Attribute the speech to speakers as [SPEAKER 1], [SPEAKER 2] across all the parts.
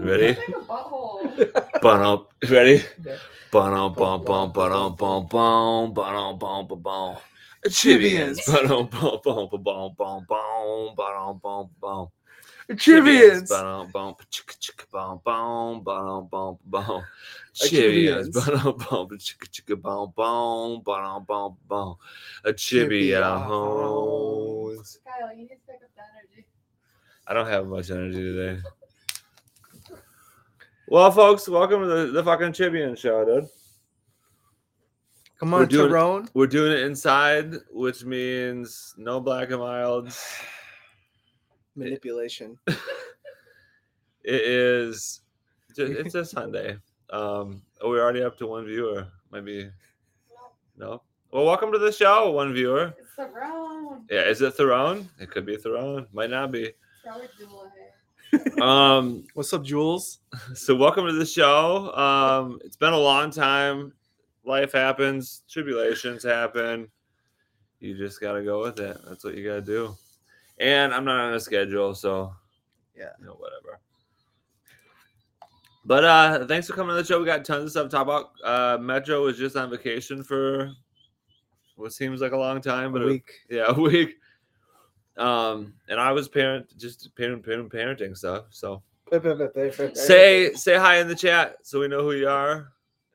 [SPEAKER 1] Ready?
[SPEAKER 2] Like a butthole.
[SPEAKER 1] Bum. Ready?
[SPEAKER 3] Okay.
[SPEAKER 1] Bum bum bum bum bum bum bum bum bum bum. Chivians. Bum bum bum bum bum bum bum bum bum bum.
[SPEAKER 3] Chivians.
[SPEAKER 1] Bum bum chicka chicka bum bum bum bum bum.
[SPEAKER 3] Chivians.
[SPEAKER 1] Chivians. Bum bum chicka chicka bum bum bum bum bum. A chivia
[SPEAKER 3] uh-huh.
[SPEAKER 1] hose.
[SPEAKER 2] Kyle, you need to pick up the energy.
[SPEAKER 1] I don't have much energy today. Well, folks, welcome to the, the fucking Chibian show, dude.
[SPEAKER 3] Come
[SPEAKER 1] We're
[SPEAKER 3] on,
[SPEAKER 1] doing-
[SPEAKER 3] Tyrone.
[SPEAKER 1] We're doing it inside, which means no black and milds.
[SPEAKER 3] Manipulation.
[SPEAKER 1] It is, ju- it's a Sunday. Um, are we already up to one viewer? Maybe, no? Well, welcome to the show, one viewer.
[SPEAKER 2] It's the round.
[SPEAKER 1] Yeah, is it Theron? It could be Theron. Might not be.
[SPEAKER 2] Probably July.
[SPEAKER 1] Um,
[SPEAKER 3] What's up, Jules?
[SPEAKER 1] so welcome to the show. Um, it's been a long time. Life happens, tribulations happen. You just gotta go with it. That's what you gotta do. And I'm not on a schedule, so
[SPEAKER 3] Yeah.
[SPEAKER 1] you know, whatever. But uh, thanks for coming to the show. We got tons of stuff to talk about. Uh, Metro was just on vacation for what seems like a long time, but it-
[SPEAKER 3] Week.
[SPEAKER 1] yeah, a week. Um, and I was parent, just parent, parent, parenting stuff. So say say hi in the chat so we know who you are.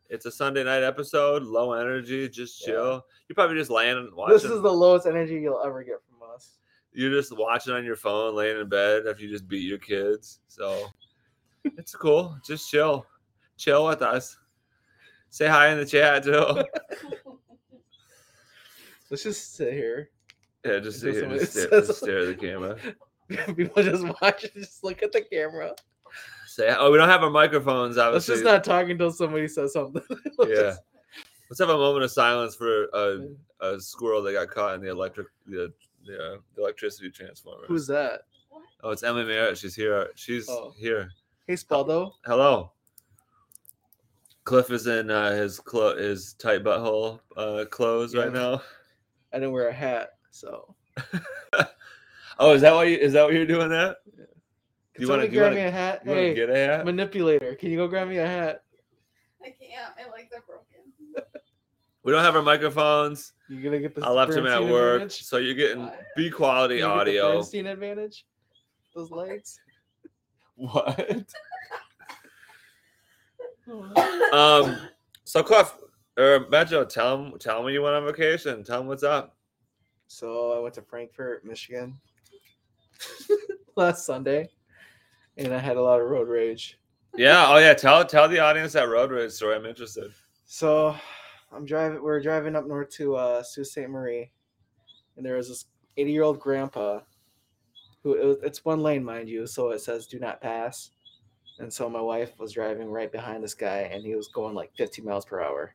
[SPEAKER 1] It's a Sunday night episode, low energy, just
[SPEAKER 3] Yeah.
[SPEAKER 1] chill. You're probably just laying and watching.
[SPEAKER 3] This is the lowest energy you'll ever get from us.
[SPEAKER 1] You're just watching on your phone, laying in bed after you just beat your kids. So it's cool. Just chill, chill with us. Say hi in the chat too.
[SPEAKER 3] Let's just sit here.
[SPEAKER 1] Yeah, just sit here, just stare, just stare at the camera.
[SPEAKER 3] People just watch it, just look at the camera.
[SPEAKER 1] Say, oh, we don't have our microphones.
[SPEAKER 3] Let's
[SPEAKER 1] Obviously,
[SPEAKER 3] just not talk until somebody says something. Let's
[SPEAKER 1] Yeah.
[SPEAKER 3] just-
[SPEAKER 1] Let's have a moment of silence for a, a squirrel that got caught in the electric the, the uh, electricity transformer.
[SPEAKER 3] Who's that?
[SPEAKER 2] What?
[SPEAKER 1] Oh, it's Emily Merritt. She's here. She's
[SPEAKER 3] Oh.
[SPEAKER 1] here.
[SPEAKER 3] Hey, Spaldo.
[SPEAKER 1] Hello. Cliff is in uh, his clo- his tight butthole uh, clothes right
[SPEAKER 3] Yeah.
[SPEAKER 1] now.
[SPEAKER 3] I didn't wear a hat, so.
[SPEAKER 1] Oh, is that why? You, is that what you're doing? That
[SPEAKER 3] Can
[SPEAKER 1] You wanna-
[SPEAKER 3] somebody
[SPEAKER 1] you
[SPEAKER 3] grab
[SPEAKER 1] wanna-
[SPEAKER 3] me a hat?
[SPEAKER 1] you
[SPEAKER 3] hey,
[SPEAKER 1] want to get a hat?
[SPEAKER 3] manipulator, can you go grab me a hat?
[SPEAKER 2] I can't. My legs are broken.
[SPEAKER 1] we don't have our microphones.
[SPEAKER 3] You gonna get the
[SPEAKER 1] I left him at
[SPEAKER 3] Bernstein
[SPEAKER 1] work,
[SPEAKER 3] advantage?
[SPEAKER 1] so you're getting
[SPEAKER 2] What?
[SPEAKER 1] B quality
[SPEAKER 3] You gonna get the
[SPEAKER 1] audio.
[SPEAKER 3] Bernstein advantage. Those lights.
[SPEAKER 1] What? um. So Cliff or Mejo, tell him tell him when you went on vacation. Tell him what's up.
[SPEAKER 3] So I went to Frankfurt, Michigan last Sunday, and I had a lot of road rage.
[SPEAKER 1] Yeah. Oh yeah. Tell tell the audience that road rage story. I'm interested.
[SPEAKER 3] So I'm driving. We're driving up north to uh, Sault Ste. Marie, and there was this 80 year old grandpa who it was- it's one lane, mind you, so it says do not pass. And so my wife was driving right behind this guy, and he was going like 50 miles per hour.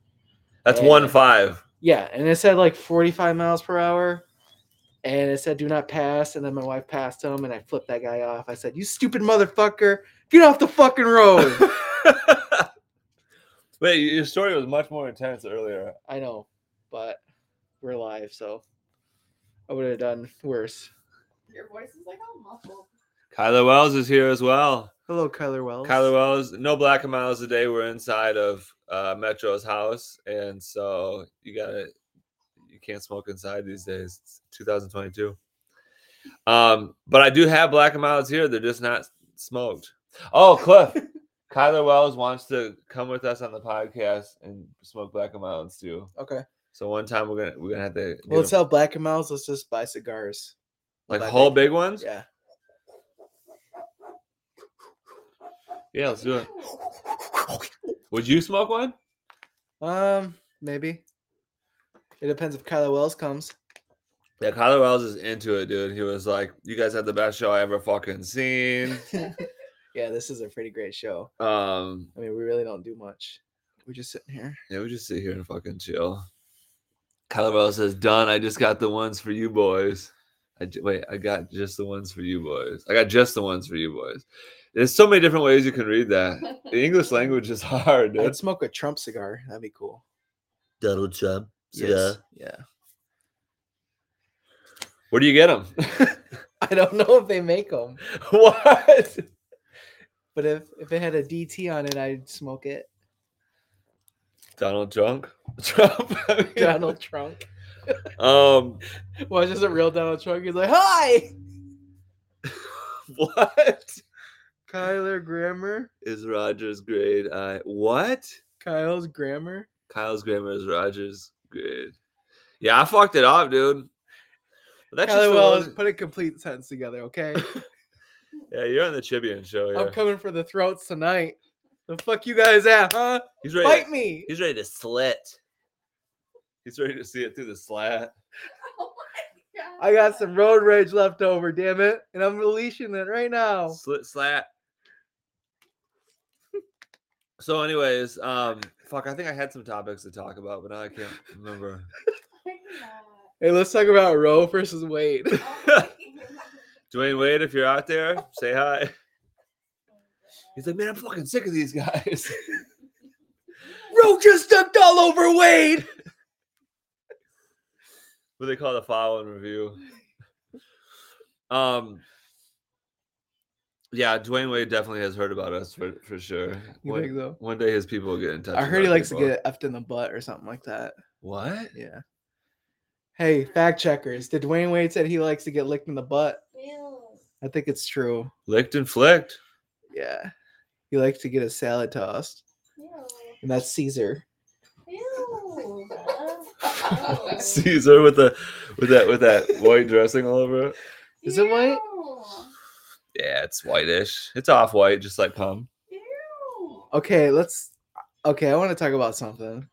[SPEAKER 1] That's
[SPEAKER 3] Yeah.
[SPEAKER 1] one five.
[SPEAKER 3] Yeah, and it said like 45 miles per hour. And it said do not pass. And then my wife passed him and I flipped that guy off. I said, You stupid motherfucker, get off the fucking road.
[SPEAKER 1] Wait, your story was much more intense earlier.
[SPEAKER 3] I know, but we're live, so I would have done worse.
[SPEAKER 2] Your voice is like all muffled.
[SPEAKER 1] Kyler Wells is here as well.
[SPEAKER 3] Hello, Kyler Wells.
[SPEAKER 1] Kyler Wells, no black and miles today. We're inside of uh, Metro's house, and so you gotta you can't smoke inside these days. It's 2022. Um, but I do have black and miles here. They're just not smoked. Oh, Cliff, Kyler Wells wants to come with us on the podcast and smoke black and miles too.
[SPEAKER 3] Okay.
[SPEAKER 1] So one time we're gonna we're gonna have to
[SPEAKER 3] Well,
[SPEAKER 1] get
[SPEAKER 3] let's
[SPEAKER 1] him-
[SPEAKER 3] sell Black and Miles. Let's just buy cigars.
[SPEAKER 1] like
[SPEAKER 3] Black
[SPEAKER 1] whole big ones.
[SPEAKER 3] Yeah.
[SPEAKER 1] Yeah, let's do it. Would you smoke one?
[SPEAKER 3] Um, maybe. It depends if Kyler Wells comes.
[SPEAKER 1] Yeah, Kyler Wells is into it, dude. He was like, "You guys had the best show I ever fucking seen."
[SPEAKER 3] yeah, this is a pretty great show.
[SPEAKER 1] Um,
[SPEAKER 3] I mean, we really don't do much. We're just sitting here.
[SPEAKER 1] yeah, we just sit here and fucking chill. Kyler Wells says, "Done. I just got the ones for you boys." I j- wait, I got just the ones for you boys. I got just the ones for you boys. There's so many different ways you can read that. The English language is hard.
[SPEAKER 3] I'd
[SPEAKER 1] Dude.
[SPEAKER 3] smoke a Trump cigar. That'd be cool.
[SPEAKER 1] Donald Trump.
[SPEAKER 3] Yes. Yeah.
[SPEAKER 1] Where do you get them?
[SPEAKER 3] I don't know if they make them.
[SPEAKER 1] what?
[SPEAKER 3] But if if it had a DT on it, I'd smoke it.
[SPEAKER 1] Donald Trump. Trump. I mean,
[SPEAKER 3] Donald Trump.
[SPEAKER 1] Um.
[SPEAKER 3] Well, just a real Donald Trump. He's like, hi.
[SPEAKER 1] What
[SPEAKER 3] Kyler Grammer.
[SPEAKER 1] is Rogers' grade? I what?
[SPEAKER 3] Kyle's grammar.
[SPEAKER 1] Kyle's grammar is Rogers' grade. Yeah, I fucked it up, dude. But That's just
[SPEAKER 3] Kyler
[SPEAKER 1] the
[SPEAKER 3] Wells,
[SPEAKER 1] one-
[SPEAKER 3] put a complete sentence together, okay?
[SPEAKER 1] Yeah, you're on the Chibian show.
[SPEAKER 3] I'm
[SPEAKER 1] Yeah.
[SPEAKER 3] coming for the throats tonight. The fuck you guys at, huh?
[SPEAKER 1] He's ready.
[SPEAKER 3] Fight me.
[SPEAKER 1] He's ready to slit. He's ready to see it through the slat.
[SPEAKER 2] Oh my god.
[SPEAKER 3] I got some road rage left over, damn it. And I'm releasing it right now.
[SPEAKER 1] Slit slat. So, anyways, um, fuck, I think I had some topics to talk about, but now I can't remember.
[SPEAKER 2] I cannot.
[SPEAKER 3] Hey, let's talk about Roe versus Wade.
[SPEAKER 2] Oh my God.
[SPEAKER 1] Dwayne Wade, if you're out there, say hi. He's like, man, I'm fucking sick of these guys.
[SPEAKER 3] Roe just ducked all over Wade.
[SPEAKER 1] what they call the follow and review. Um, yeah, Dwayne Wade definitely has heard about us for for sure.
[SPEAKER 3] You
[SPEAKER 1] One,
[SPEAKER 3] think so?
[SPEAKER 1] one day his people will get in touch.
[SPEAKER 3] I
[SPEAKER 1] with
[SPEAKER 3] heard he
[SPEAKER 1] our
[SPEAKER 3] likes to
[SPEAKER 1] people.
[SPEAKER 3] get effed in the butt or something like that.
[SPEAKER 1] what?
[SPEAKER 3] Yeah. Hey, fact checkers. Did Dwayne Wade said he likes to get licked in the butt?
[SPEAKER 2] Ew.
[SPEAKER 3] I think it's true.
[SPEAKER 1] Licked and flicked.
[SPEAKER 3] Yeah. He likes to get a salad tossed.
[SPEAKER 2] Ew.
[SPEAKER 3] And that's Caesar.
[SPEAKER 2] Ew. Ew.
[SPEAKER 1] Caesar with the with that with that white dressing all over it.
[SPEAKER 3] Is it white?
[SPEAKER 1] Yeah, it's whitish. It's off white, just like Pum.
[SPEAKER 2] Ew. Ew.
[SPEAKER 3] Okay, let's okay, I want to talk about something.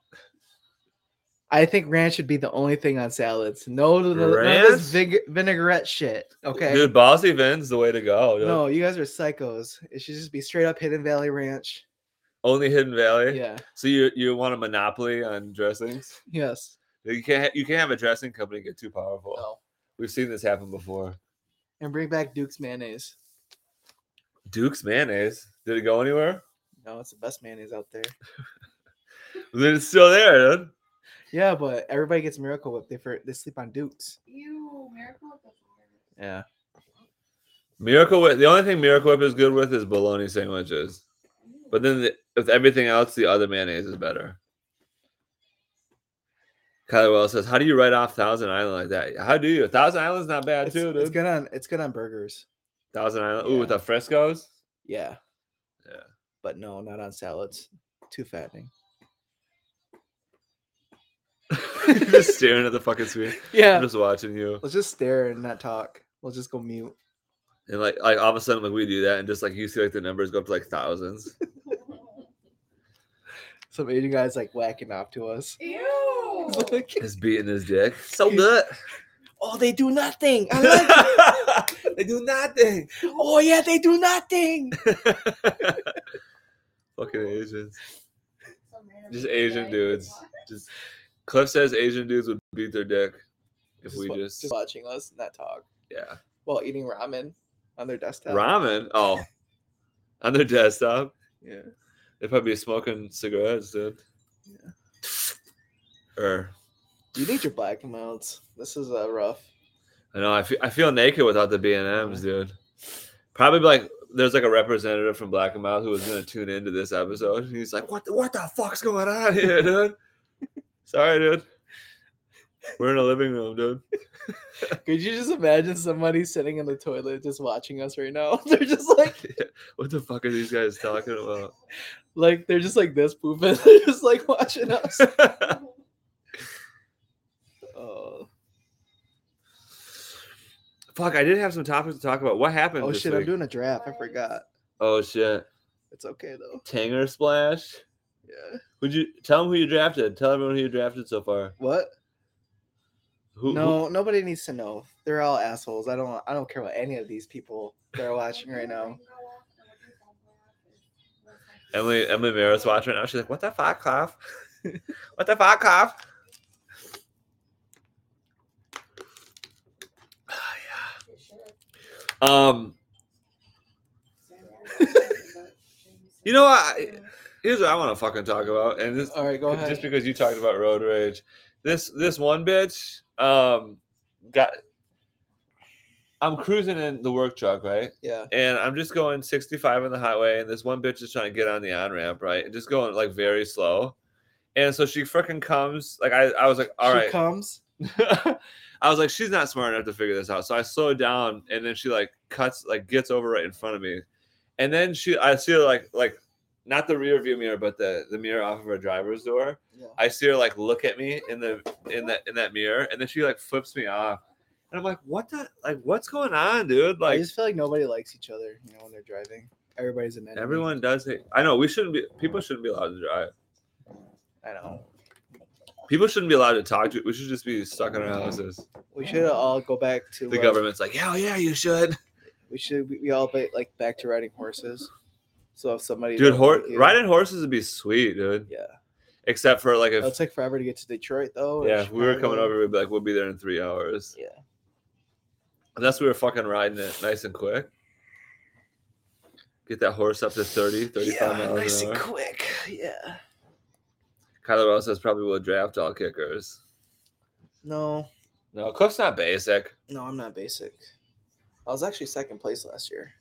[SPEAKER 3] I think ranch should be the only thing on salads. No, no, no, none of this vig- vinaigrette shit. Okay.
[SPEAKER 1] Dude, Bossy Vin's the way to go. dude.
[SPEAKER 3] No, you guys are psychos. It should just be straight up Hidden Valley Ranch.
[SPEAKER 1] Only Hidden Valley.
[SPEAKER 3] Yeah.
[SPEAKER 1] So you you want a monopoly on dressings?
[SPEAKER 3] Yes.
[SPEAKER 1] You can't ha- you can't have a dressing company get too powerful.
[SPEAKER 3] No.
[SPEAKER 1] We've seen this happen before.
[SPEAKER 3] And bring back Duke's mayonnaise.
[SPEAKER 1] Duke's mayonnaise. Did it go anywhere?
[SPEAKER 3] No, it's the best mayonnaise out there.
[SPEAKER 1] Then It's still there, dude.
[SPEAKER 3] Yeah, but everybody gets Miracle Whip. They for they sleep on Duke's.
[SPEAKER 2] Ew. Miracle doesn't work.
[SPEAKER 3] Yeah.
[SPEAKER 1] Miracle Whip. The only thing Miracle Whip is good with is bologna sandwiches.
[SPEAKER 2] Ew.
[SPEAKER 1] But then the, with everything else, the other mayonnaise is better. Kyler Wells says, "How do you write off Thousand Island like that? How do you? Thousand Island's not bad
[SPEAKER 3] It's,
[SPEAKER 1] too, dude.
[SPEAKER 3] it's good on it's good on burgers.
[SPEAKER 1] Thousand Island. Ooh, with
[SPEAKER 3] Yeah.
[SPEAKER 1] the frescoes.
[SPEAKER 3] Yeah.
[SPEAKER 1] Yeah.
[SPEAKER 3] But no, not on salads. Too fattening.
[SPEAKER 1] just staring at the fucking screen. I'm
[SPEAKER 3] Yeah.
[SPEAKER 1] just watching you,
[SPEAKER 3] Let's just stare and not talk. We'll just go mute.
[SPEAKER 1] and like, like all of a sudden, like we do that, and just like you see, like the numbers go up to like thousands.
[SPEAKER 3] Some Asian guy's like whacking off to us.
[SPEAKER 2] Ew.
[SPEAKER 3] It's like,
[SPEAKER 1] Just beating his dick. So
[SPEAKER 3] He's-
[SPEAKER 1] good.
[SPEAKER 3] oh, they do nothing. I like it.
[SPEAKER 1] they do nothing.
[SPEAKER 3] oh yeah, they do nothing.
[SPEAKER 1] Fucking Asians.
[SPEAKER 2] Some random
[SPEAKER 1] Just
[SPEAKER 2] guy
[SPEAKER 1] Asian
[SPEAKER 2] in
[SPEAKER 1] dudes.
[SPEAKER 2] Walmart.
[SPEAKER 1] Just Cliff says Asian dudes would beat their dick if we
[SPEAKER 3] wa-
[SPEAKER 1] just,
[SPEAKER 3] watching us not talk
[SPEAKER 1] yeah
[SPEAKER 3] while eating ramen on their desktop.
[SPEAKER 1] ramen. Oh, on their desktop,
[SPEAKER 3] Yeah.
[SPEAKER 1] they'd probably be smoking cigarettes, dude. Er. Or
[SPEAKER 3] You need your black amounts. This is uh, rough.
[SPEAKER 1] I know I feel, I feel naked without the B and M's, dude. Probably like there's like a representative from Black and Mild who was gonna tune into this episode. And he's like, "What the, what the fuck's going on here, dude? Sorry, dude. We're in a living room, dude.
[SPEAKER 3] Could you just imagine somebody sitting in the toilet just watching us right now? They're just like,
[SPEAKER 1] What the fuck are these guys talking about?
[SPEAKER 3] like they're just like this pooping. They're just like watching us. Oh,
[SPEAKER 1] Fuck, I did have some topics to talk about. What happened?
[SPEAKER 3] oh
[SPEAKER 1] this
[SPEAKER 3] shit! I'm
[SPEAKER 1] week?
[SPEAKER 3] doing a draft. I forgot.
[SPEAKER 1] Oh shit,
[SPEAKER 3] It's okay though.
[SPEAKER 1] Tanger Splash.
[SPEAKER 3] Yeah.
[SPEAKER 1] Would you tell them who you drafted? Tell everyone who you drafted so far.
[SPEAKER 3] What?
[SPEAKER 1] Who?
[SPEAKER 3] No, nobody needs to know. They're all assholes. I don't. I don't care what any of these people that are watching right now.
[SPEAKER 1] who- Emily Emily Mara's watching right now. She's like, "What the fuck, Cliff? what the fuck, Cliff?" Um, You know what? I- here's what I want to fucking talk about, and this
[SPEAKER 3] All right, Oh, go ahead.
[SPEAKER 1] just because you talked about road rage. This this one bitch um got I'm cruising in the work truck, right?
[SPEAKER 3] Yeah.
[SPEAKER 1] And I'm just going 65 on the highway, and this one bitch is trying to get on the on ramp, right? And just going like very slow. And so she freaking comes. Like I, I was like, all
[SPEAKER 3] she
[SPEAKER 1] right.
[SPEAKER 3] comes.
[SPEAKER 1] I was like, she's not smart enough to figure this out. So I slowed down, and then she like cuts, like gets over right in front of me, and then she, I see her like, like, not the rear view mirror, but the the mirror off of her driver's door.
[SPEAKER 3] Yeah.
[SPEAKER 1] I see her like look at me in the in that in that mirror, and then she like flips me off, and I'm like, what the like, what's going on, dude?
[SPEAKER 3] I
[SPEAKER 1] Like,
[SPEAKER 3] just feel like nobody likes each other, you know, when they're driving. Everybody's an enemy.
[SPEAKER 1] everyone does it. I know we shouldn't be. People shouldn't be allowed to drive.
[SPEAKER 3] I know.
[SPEAKER 1] People shouldn't be allowed to talk to. We should just be stuck in our houses.
[SPEAKER 3] We should all go back to
[SPEAKER 1] The
[SPEAKER 3] uh,
[SPEAKER 1] government's like, hell yeah, you should,
[SPEAKER 3] We should we, we all be, like back to riding horses. So if somebody
[SPEAKER 1] dude.
[SPEAKER 3] don't
[SPEAKER 1] Hor-
[SPEAKER 3] like you-
[SPEAKER 1] riding horses would be sweet, dude.
[SPEAKER 3] Yeah.
[SPEAKER 1] Except for like
[SPEAKER 3] It'll
[SPEAKER 1] if
[SPEAKER 3] take forever to get to Detroit though. or
[SPEAKER 1] yeah, if we were coming
[SPEAKER 3] Chicago.
[SPEAKER 1] over, we'd be like, we'll be there in three hours.
[SPEAKER 3] Yeah.
[SPEAKER 1] Unless we were fucking riding it nice and quick. Get that horse up to 30, 35 miles an hour.
[SPEAKER 3] quick. Yeah.
[SPEAKER 1] Kyler Rowe says probably will draft all kickers.
[SPEAKER 3] No,
[SPEAKER 1] No, Cook's not basic.
[SPEAKER 3] no, I'm not basic. I was actually second place last year.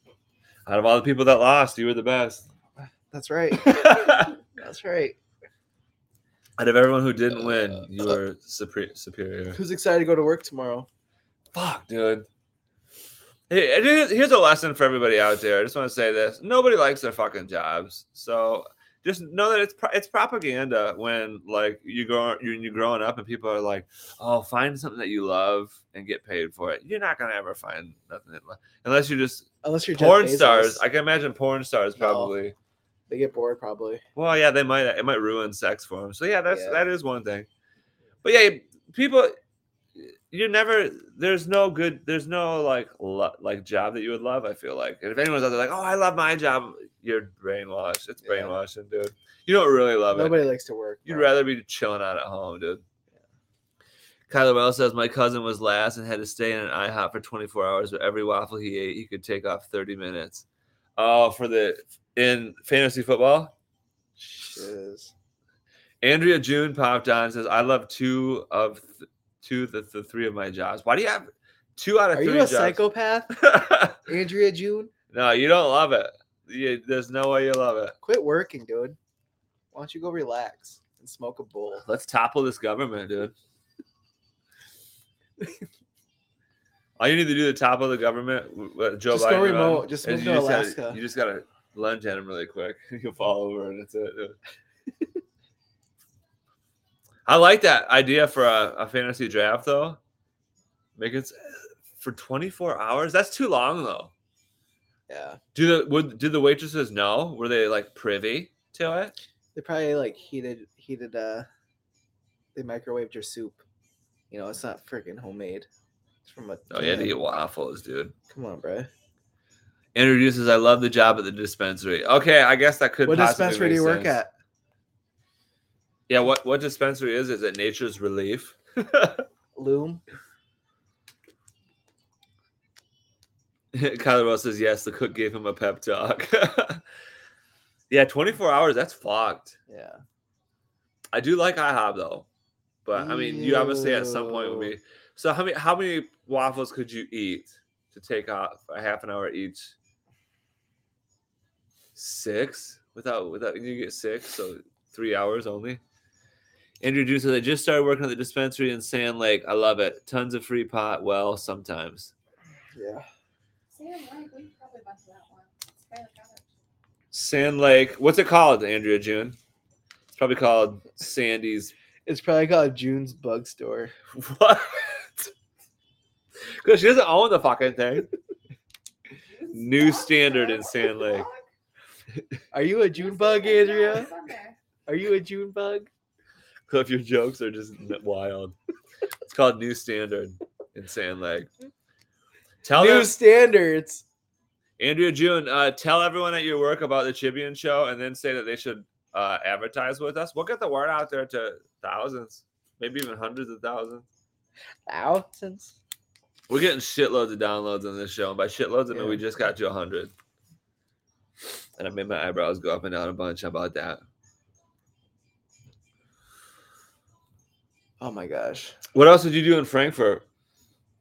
[SPEAKER 1] Out of all the people that lost, you were the best.
[SPEAKER 3] That's right.
[SPEAKER 1] Out
[SPEAKER 3] That's right.
[SPEAKER 1] of everyone who didn't win,
[SPEAKER 3] Uh,
[SPEAKER 1] you were supre- superior.
[SPEAKER 3] Who's excited to go to work tomorrow?
[SPEAKER 1] Fuck, dude. Hey, and here's here's a lesson for everybody out there. I just want to say this: nobody likes their fucking jobs, so just know that it's pro- it's propaganda. When like you grow you you growing up, and people are like, "Oh, find something that you love and get paid for it." You're not gonna ever find nothing that, unless you're just
[SPEAKER 3] Unless you're Jeff
[SPEAKER 1] porn
[SPEAKER 3] Bezos.
[SPEAKER 1] stars. I can imagine porn stars
[SPEAKER 3] No.
[SPEAKER 1] probably.
[SPEAKER 3] they get bored probably.
[SPEAKER 1] Well, yeah, they might. It might ruin sex for them. So yeah, that's
[SPEAKER 3] Yeah.
[SPEAKER 1] that is one thing. But yeah, people, you never. There's no good. There's no like lo- like job that you would love. I feel like, and if anyone's out there like, oh, I love my job, you're brainwashed. It's
[SPEAKER 3] Yeah.
[SPEAKER 1] brainwashing, dude. You don't really love it.
[SPEAKER 3] Nobody likes to work.
[SPEAKER 1] You'd
[SPEAKER 3] no.
[SPEAKER 1] rather be chilling out at home, dude. Kyler Wells says my cousin was last and had to stay in an IHOP for 24 hours, but every waffle he ate, he could take off 30 minutes. Oh, for the in fantasy football.
[SPEAKER 3] Shiz.
[SPEAKER 1] Andrea June popped on and says, "I love two of th- two of the, the three of my jobs. Why do you have two out of
[SPEAKER 3] Are
[SPEAKER 1] three
[SPEAKER 3] you a
[SPEAKER 1] jobs?
[SPEAKER 3] psychopath, Andrea June?
[SPEAKER 1] no, you don't love it. You, there's no way you love it.
[SPEAKER 3] Quit working, dude. Why don't you go relax and smoke a bowl?
[SPEAKER 1] Let's topple this government, dude. All you need to do to topple the government, w- what Joe
[SPEAKER 3] Just
[SPEAKER 1] Biden
[SPEAKER 3] go
[SPEAKER 1] run,
[SPEAKER 3] remote. Just
[SPEAKER 1] is you
[SPEAKER 3] move to
[SPEAKER 1] just
[SPEAKER 3] Alaska.
[SPEAKER 1] gotta, you just gotta lunge at him really quick. You'll fall over, and that's it. dude. I like that idea for a, a fantasy draft, though. Make it s- for 24 hours. That's too long, though.
[SPEAKER 3] yeah.
[SPEAKER 1] Do the would did the waitresses know? Were they like privy to it?
[SPEAKER 3] They probably like heated heated uh they microwaved your soup. You know, it's not freaking homemade. It's from a
[SPEAKER 1] Oh, you had to
[SPEAKER 3] can.
[SPEAKER 1] eat waffles, dude.
[SPEAKER 3] Come on, bro.
[SPEAKER 1] introduces I love the job at the dispensary. Okay, I guess that could
[SPEAKER 3] What
[SPEAKER 1] possibly
[SPEAKER 3] dispensary do
[SPEAKER 1] make
[SPEAKER 3] you work
[SPEAKER 1] sense.
[SPEAKER 3] at?
[SPEAKER 1] Yeah, what what dispensary is it? Is it Nature's Relief?
[SPEAKER 3] Loom?
[SPEAKER 1] Kyler Rose says yes, the cook gave him a pep talk. yeah, 24 hours, that's fucked.
[SPEAKER 3] Yeah.
[SPEAKER 1] I do like IHOP though. But I mean, you obviously at some point would
[SPEAKER 3] Ew.
[SPEAKER 1] be So how many how many waffles could you eat to take off a half an hour each? 6 without without you get 6, so 3 hours only. Andrew Drew says I just started working at the dispensary in Sand Lake. I love it. Tons of free pot. Well, sometimes.
[SPEAKER 3] Yeah.
[SPEAKER 2] Sam, Mike, we probably went to that one. It's by the cover.
[SPEAKER 1] Sand Lake. What's it called, Andrea June? It's probably called Sandy's.
[SPEAKER 3] It's probably called June's Bug Store.
[SPEAKER 1] What? Because she doesn't own the fucking thing. New standard in Sand Lake.
[SPEAKER 3] Are you a June bug, Andrea?
[SPEAKER 2] It's on there.
[SPEAKER 3] Are you a June bug?
[SPEAKER 1] Cliff, your jokes are just n- wild. It's called New Standard in Sand Lake. Tell
[SPEAKER 3] New
[SPEAKER 1] them,
[SPEAKER 3] standards.
[SPEAKER 1] Andrea June, uh, tell everyone at your work about the Chibian show and then say that they should uh, advertise with us. We'll get the word out there to thousands, maybe even hundreds of thousands.
[SPEAKER 3] Thousands.
[SPEAKER 1] We're getting shitloads of downloads on this show, and by shitloads, I mean
[SPEAKER 3] Yeah.
[SPEAKER 1] we just got to hundred. And I made my eyebrows go up and down a bunch about that.
[SPEAKER 3] Oh my gosh. Oh
[SPEAKER 1] What else did you do in Frankfurt?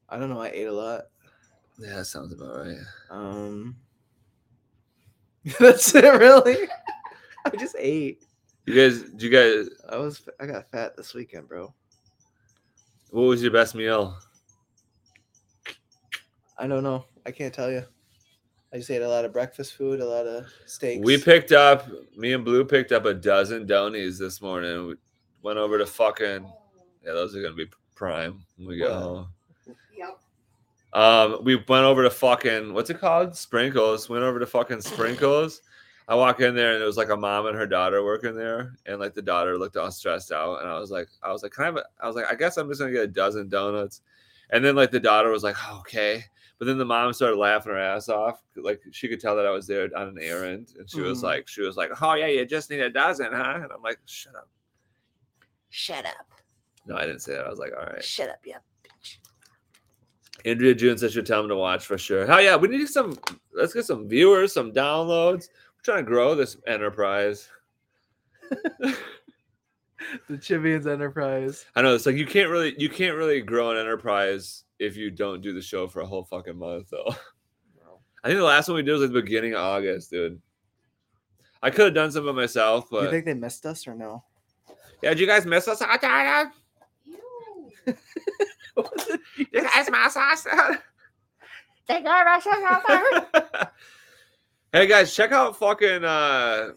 [SPEAKER 3] I don't know. I ate a lot.
[SPEAKER 1] Yeah, that sounds about right.
[SPEAKER 3] Um, that's it, really. I just ate.
[SPEAKER 1] You guys, do you guys?
[SPEAKER 3] I was I got fat this weekend, bro.
[SPEAKER 1] What was your best meal?
[SPEAKER 3] I don't know. I can't tell you. I just ate a lot of breakfast food, a lot of steaks.
[SPEAKER 1] We picked up. Me and Blue picked up a dozen donies this morning. We went over to fucking. Yeah, those are gonna be prime when we get
[SPEAKER 3] Wow.
[SPEAKER 1] home.
[SPEAKER 2] Yep.
[SPEAKER 1] Um, we went over to fucking what's it called? Sprinkles. Went over to fucking Sprinkles. I walk in there and it was like a mom and her daughter working there, and like the daughter looked all stressed out, and I was like, I was like, can I have? A, I was like, I guess I'm just gonna get a dozen donuts, and then like the daughter was like, "Oh, okay, but then the mom started laughing her ass off, like she could tell that I was there on an errand, and she was
[SPEAKER 3] Mhm.
[SPEAKER 1] like, she was like, oh yeah, you just need a dozen, huh? And I'm like, shut up.
[SPEAKER 4] Shut up.
[SPEAKER 1] No, I didn't say that. I was like, all right.
[SPEAKER 4] Shut up, yeah.
[SPEAKER 1] Andrea June says she'll tell him to watch for sure. Hell yeah, we need some. Let's get some viewers, some downloads. We're trying to grow this enterprise.
[SPEAKER 3] the Chivians Enterprise.
[SPEAKER 1] I know it's like you can't really, you can't really grow an enterprise if you don't do the show for a whole fucking month, though. I think the last one we did was at the beginning of August, dude. I could have done some by myself,
[SPEAKER 3] Do you
[SPEAKER 1] but
[SPEAKER 3] think they missed us or no?
[SPEAKER 1] yeah, did you guys miss us? Did
[SPEAKER 2] Ew.
[SPEAKER 1] you guys miss us?
[SPEAKER 4] Take care of yourself.
[SPEAKER 1] hey guys, check out fucking uh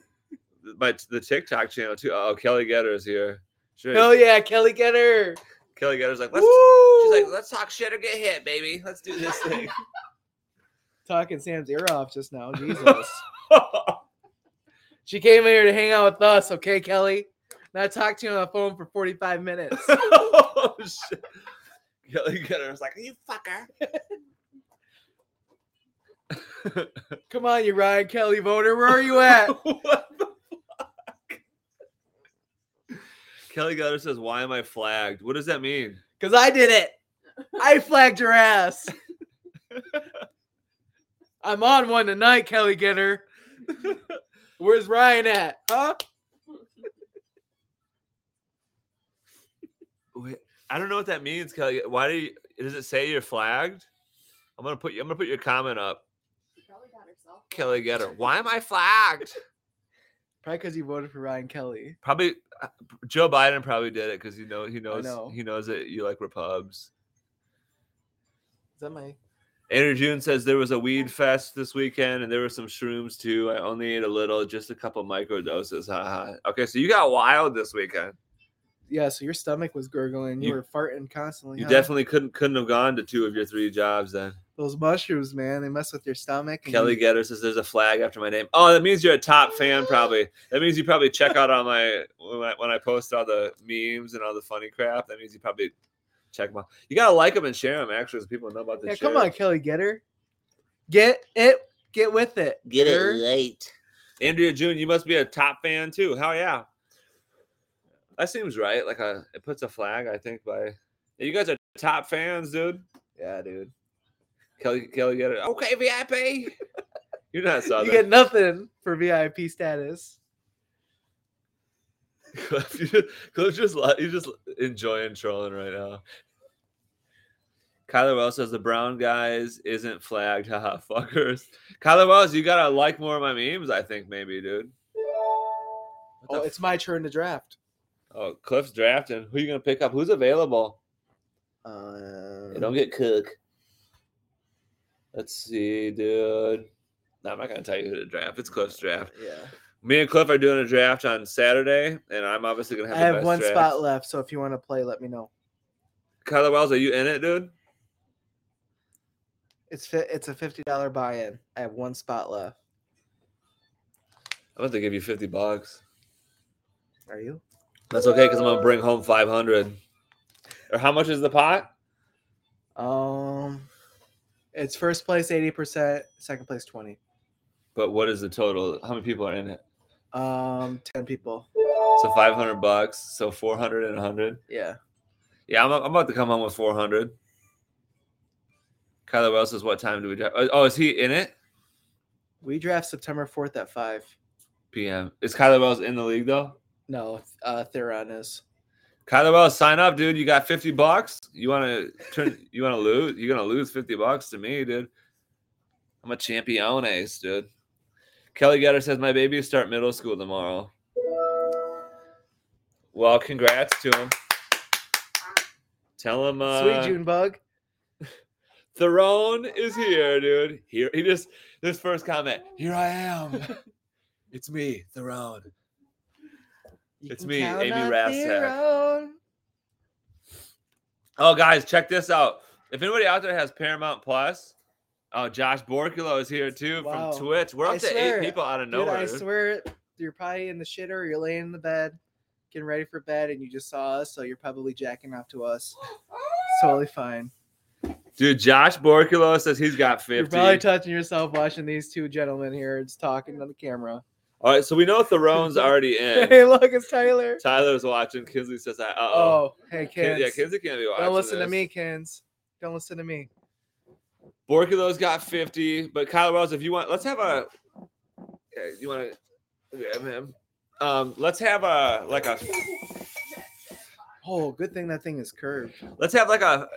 [SPEAKER 1] my the TikTok channel too. Oh, Kelly Getter is here. She-
[SPEAKER 3] Hell Oh, yeah, Kelly Getter.
[SPEAKER 1] Kelly Getter's like, let's
[SPEAKER 3] Woo!
[SPEAKER 1] she's like, let's talk shit or get hit, baby. Let's do this thing.
[SPEAKER 3] talking Sam's ear off just now. Jesus. she came in here to hang out with us, okay, Kelly? And I talked to you on the phone for 45 minutes.
[SPEAKER 1] oh, shit. Kelly Getter was like, you fucker.
[SPEAKER 3] Come on, you Ryan Kelly voter. Where are you at?
[SPEAKER 1] what the fuck? Kelly Getter says, why am I flagged? What does that mean?
[SPEAKER 3] Because I did it. I flagged your ass. I'm on one tonight, Kelly Getter. Where's Ryan at? Huh?
[SPEAKER 1] Wait, I don't know what that means, Kelly. Why do you? Does it say you're flagged? I'm gonna put you. I'm gonna put your comment up,
[SPEAKER 2] She probably got herself. one.
[SPEAKER 1] Kelly Getter. Why am I flagged?
[SPEAKER 3] Probably because you voted for Ryan Kelly.
[SPEAKER 1] Probably uh, Joe Biden probably did it because you know he knows
[SPEAKER 3] know.
[SPEAKER 1] he knows that you like repubs.
[SPEAKER 3] Is that my
[SPEAKER 1] Andrew June says there was a weed fest this weekend and there were some shrooms too. I only ate a little, just a couple micro doses. Haha. Okay, so you got wild this weekend.
[SPEAKER 3] yeah, so your stomach was gurgling. You,
[SPEAKER 1] You-
[SPEAKER 3] were farting constantly.
[SPEAKER 1] You
[SPEAKER 3] huh?
[SPEAKER 1] definitely couldn't couldn't have gone to two of your three jobs then.
[SPEAKER 3] those mushrooms, man. They mess with your stomach. and
[SPEAKER 1] Kelly
[SPEAKER 3] you-
[SPEAKER 1] Getter says there's a flag after my name. Oh, that means you're a top fan, probably. That means you probably check out all my when I, when I post all the memes and all the funny crap. That means you probably check them out. You gotta like them and share them, actually, so people know about the
[SPEAKER 3] yeah,
[SPEAKER 1] show.
[SPEAKER 3] come on, Kelly Getter. Get it. Get with it.
[SPEAKER 4] Get it
[SPEAKER 3] Sure.
[SPEAKER 4] late.
[SPEAKER 1] Andrea June, you must be a top fan too. Hell yeah, that seems right. Like a it puts a flag, I think. By Yeah, you guys are top fans, dude.
[SPEAKER 3] Yeah, dude.
[SPEAKER 1] Kelly Kelly Getter. Okay, VIP. You're not saw
[SPEAKER 3] You
[SPEAKER 1] that.
[SPEAKER 3] get nothing for VIP status.
[SPEAKER 1] Cliff, you just, Cliff just li- he's just enjoying trolling right now. Kyler Wells says the brown guys isn't flagged, haha, fuckers. Kyler Wells, you gotta like more of my memes, I think maybe, dude. What
[SPEAKER 3] Oh,
[SPEAKER 1] the
[SPEAKER 3] it's my turn to draft.
[SPEAKER 1] f- oh, Cliff's drafting. Who you gonna pick up? Who's available?
[SPEAKER 3] Um,
[SPEAKER 1] Hey, don't get cook. Let's see, dude. No, I'm not gonna tell you who to draft. It's Cliff's draft.
[SPEAKER 3] Yeah.
[SPEAKER 1] Me and Cliff are doing a draft on Saturday, and I'm obviously gonna have.
[SPEAKER 3] I
[SPEAKER 1] the
[SPEAKER 3] have
[SPEAKER 1] best
[SPEAKER 3] one
[SPEAKER 1] draft.
[SPEAKER 3] spot left, so if you want to play, let me know.
[SPEAKER 1] Kyler Wells, are you in it, dude?
[SPEAKER 3] It's fi- it's a fifty dollar buy in. I have one spot left.
[SPEAKER 1] I'm about to give you 50 bucks.
[SPEAKER 3] Are you?
[SPEAKER 1] That's okay because I'm gonna bring home 500. Or how much is the pot?
[SPEAKER 3] Um, it's first place eighty percent, second place twenty.
[SPEAKER 1] But what is the total? How many people are in it?
[SPEAKER 3] Um, ten people.
[SPEAKER 1] So 500 bucks. So 400 and 100.
[SPEAKER 3] Yeah.
[SPEAKER 1] Yeah, I'm, I'm about to come home with 400. Kyler Wells says, "What time do we draft?" Oh, is he in it?
[SPEAKER 3] We draft September fourth at five.
[SPEAKER 1] PM. Is Kyler Wells in the league though?
[SPEAKER 3] No, uh, Theron is.
[SPEAKER 1] Kyler Wells, sign up, dude. You got 50 bucks. You want to turn? You want to lose? You're gonna lose 50 bucks to me, dude. I'm a champion ace, dude. Kelly Getter says my babies start middle school tomorrow. Well, congrats to him. Tell him uh,
[SPEAKER 3] Sweet June bug.
[SPEAKER 1] Theron is here, dude. Here he just this first comment. Here I am. it's me, Theron.
[SPEAKER 3] You
[SPEAKER 1] it's
[SPEAKER 3] can
[SPEAKER 1] me,
[SPEAKER 3] count
[SPEAKER 1] Amy
[SPEAKER 3] on
[SPEAKER 1] Rastak.
[SPEAKER 3] zero.
[SPEAKER 1] Oh, guys, check this out. If anybody out there has Paramount Plus, oh, Josh Borculo is here too
[SPEAKER 3] Wow.
[SPEAKER 1] from Twitch. We're
[SPEAKER 3] I
[SPEAKER 1] up to
[SPEAKER 3] swear,
[SPEAKER 1] eight people out of
[SPEAKER 3] Dude,
[SPEAKER 1] nowhere.
[SPEAKER 3] I swear you're probably in the shitter. You're laying in the bed, getting ready for bed, and you just saw us, so you're probably jacking off to us. It's totally fine.
[SPEAKER 1] Dude, Josh Borculo says he's got
[SPEAKER 3] You're
[SPEAKER 1] 50.
[SPEAKER 3] probably touching yourself watching these two gentlemen here just talking to the camera.
[SPEAKER 1] All right, so we know Theron's already in.
[SPEAKER 3] Hey, look, it's Tyler.
[SPEAKER 1] Tyler's watching. Kinsley says, uh oh.
[SPEAKER 3] Oh, hey,
[SPEAKER 1] Kin-
[SPEAKER 3] kids.
[SPEAKER 1] yeah, Kinsley can't be watching.
[SPEAKER 3] Don't listen to
[SPEAKER 1] this.
[SPEAKER 3] me, Kins. Don't listen to me.
[SPEAKER 1] Borculo's got 50, but Kyle Wells, if you want, let's have a. Yeah, you want to grab him? Um, let's have a like a
[SPEAKER 3] Oh, good thing that thing is curved.
[SPEAKER 1] let's have like a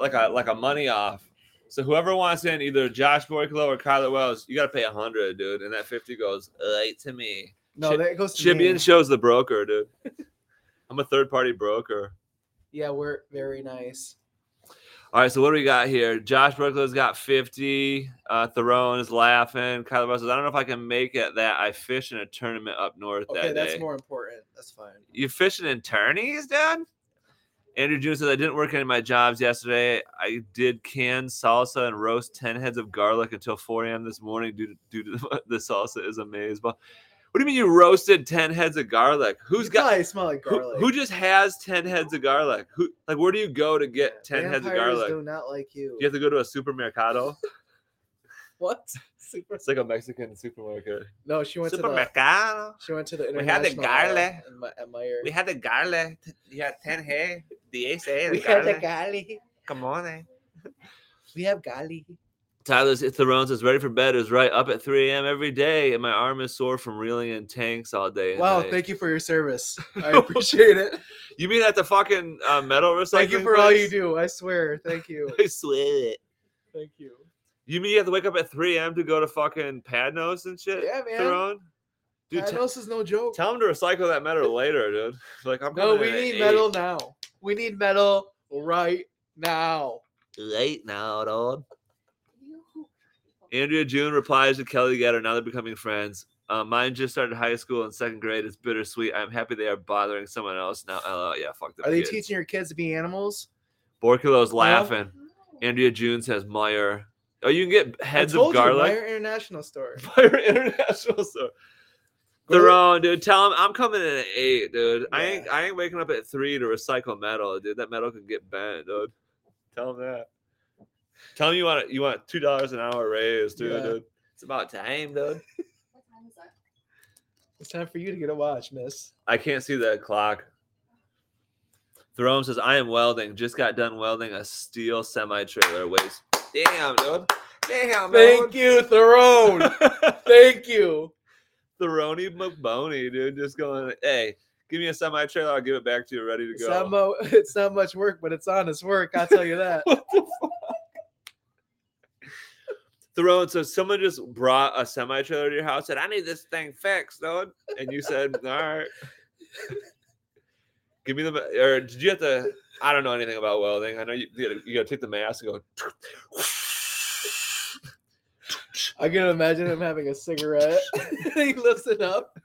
[SPEAKER 1] like a like a money off. So whoever wants in, either Josh Borculo or Kyler Wells, you got to pay a hundred, dude, and that fifty goes right to me.
[SPEAKER 3] No,
[SPEAKER 1] Chi-
[SPEAKER 3] that goes to
[SPEAKER 1] Chibian
[SPEAKER 3] me.
[SPEAKER 1] shows the broker, dude. I'm a third party broker.
[SPEAKER 3] Yeah, we're very nice.
[SPEAKER 1] All right, so what do we got here? Josh Borculo's got fifty. Uh, Theron is laughing. Kyler Wells says, "I don't know if I can make it. That I fish in a tournament up north
[SPEAKER 3] Okay,
[SPEAKER 1] that
[SPEAKER 3] that's
[SPEAKER 1] day.
[SPEAKER 3] more important. That's fine.
[SPEAKER 1] you fishing in tourneys, Dad? Andrew June says I didn't work any of my jobs yesterday. I did can salsa and roast ten heads of garlic until 4 a.m. this morning due to, due to the, salsa is amazing. What do you mean you roasted ten heads of garlic? Who's
[SPEAKER 3] You
[SPEAKER 1] got
[SPEAKER 3] probably smell like
[SPEAKER 1] who,
[SPEAKER 3] garlic.
[SPEAKER 1] who just has ten heads of garlic? Who like where do you go to
[SPEAKER 3] Yeah,
[SPEAKER 1] get ten heads of
[SPEAKER 3] vampires
[SPEAKER 1] garlic?
[SPEAKER 3] Do not like you.
[SPEAKER 1] Do you have to go to a supermercado?
[SPEAKER 3] what? Super.
[SPEAKER 1] it's like a Mexican supermarket.
[SPEAKER 3] No, she went to the.
[SPEAKER 1] Supermercado.
[SPEAKER 3] She went to the
[SPEAKER 1] We had the
[SPEAKER 3] international.
[SPEAKER 1] garlic.
[SPEAKER 3] uh, in my- at Meijer.
[SPEAKER 1] had the garlic. You had ten heads. The ace
[SPEAKER 3] We have the garlic.
[SPEAKER 1] Come on, eh?
[SPEAKER 3] We have garlic.
[SPEAKER 1] Tyler's Theron says, ready for bed is right up at 3 a.m. every day, and my arm is sore from reeling in tanks all day. and
[SPEAKER 3] Wow,
[SPEAKER 1] night."
[SPEAKER 3] thank you for your service. I appreciate it.
[SPEAKER 1] you. mean at the fucking uh, metal recycling?
[SPEAKER 3] thank you for all you
[SPEAKER 1] place?
[SPEAKER 3] do. I swear. Thank you.
[SPEAKER 1] I swear it.
[SPEAKER 3] thank you.
[SPEAKER 1] You mean you have to wake up at 3 a.m. to go to fucking Padnos and shit?
[SPEAKER 3] Yeah, man.
[SPEAKER 1] Theron? Dude,
[SPEAKER 3] Dude,
[SPEAKER 1] t-
[SPEAKER 3] Thanos is no joke.
[SPEAKER 1] tell him to recycle that metal later, dude. Like, I'm
[SPEAKER 3] No,
[SPEAKER 1] coming
[SPEAKER 3] we
[SPEAKER 1] in at
[SPEAKER 3] need
[SPEAKER 1] eight.
[SPEAKER 3] metal now. We need metal right now.
[SPEAKER 1] Late now, dude.
[SPEAKER 2] You-
[SPEAKER 1] Andrea June replies to Kelly Getter. Now they're becoming friends. Uh, mine just started high school in second grade. It's bittersweet. I'm happy they are bothering someone else now. LOL. Yeah, fuck them.
[SPEAKER 3] Are they
[SPEAKER 1] kids.
[SPEAKER 3] teaching your kids to be animals?
[SPEAKER 1] Borculo's laughing.
[SPEAKER 2] No.
[SPEAKER 1] Andrea June says Meyer. Oh, you can get heads
[SPEAKER 3] I
[SPEAKER 1] of
[SPEAKER 3] told
[SPEAKER 1] garlic.
[SPEAKER 3] You, Meijer International Store.
[SPEAKER 1] Meyer International Store.
[SPEAKER 3] Go to-
[SPEAKER 1] Theron, dude, tell him I'm coming in at eight, dude. I ain't
[SPEAKER 3] Yeah.
[SPEAKER 1] I ain't waking up at three to recycle metal, dude. That metal can get bent, dude. Tell him that. Tell him you want you want two dollars an hour raise, dude,
[SPEAKER 3] Yeah.
[SPEAKER 1] dude. It's about time, dude.
[SPEAKER 2] What time is that?
[SPEAKER 3] It's time for you to get a watch, miss.
[SPEAKER 1] I can't see that clock. Theron says, I am welding. Just got done welding a steel semi trailer. Weighs. Damn, dude. Damn,
[SPEAKER 3] Thank you, Theron. Thank you.
[SPEAKER 1] Theroni McBoney, dude. Just going, hey, give me a semi trailer. I'll give it back to you ready to
[SPEAKER 3] It's
[SPEAKER 1] go.
[SPEAKER 3] not, mo- it's not much work, but it's honest work. I'll tell you that.
[SPEAKER 1] Theron, so someone just brought a semi trailer to your house and I need this thing fixed, dude. And you said, all right. Give me the, ma- or did you have to, I don't know anything about welding. I know you, you, gotta, you gotta take the mask and go,
[SPEAKER 3] I can imagine him having a cigarette. he lifts it up.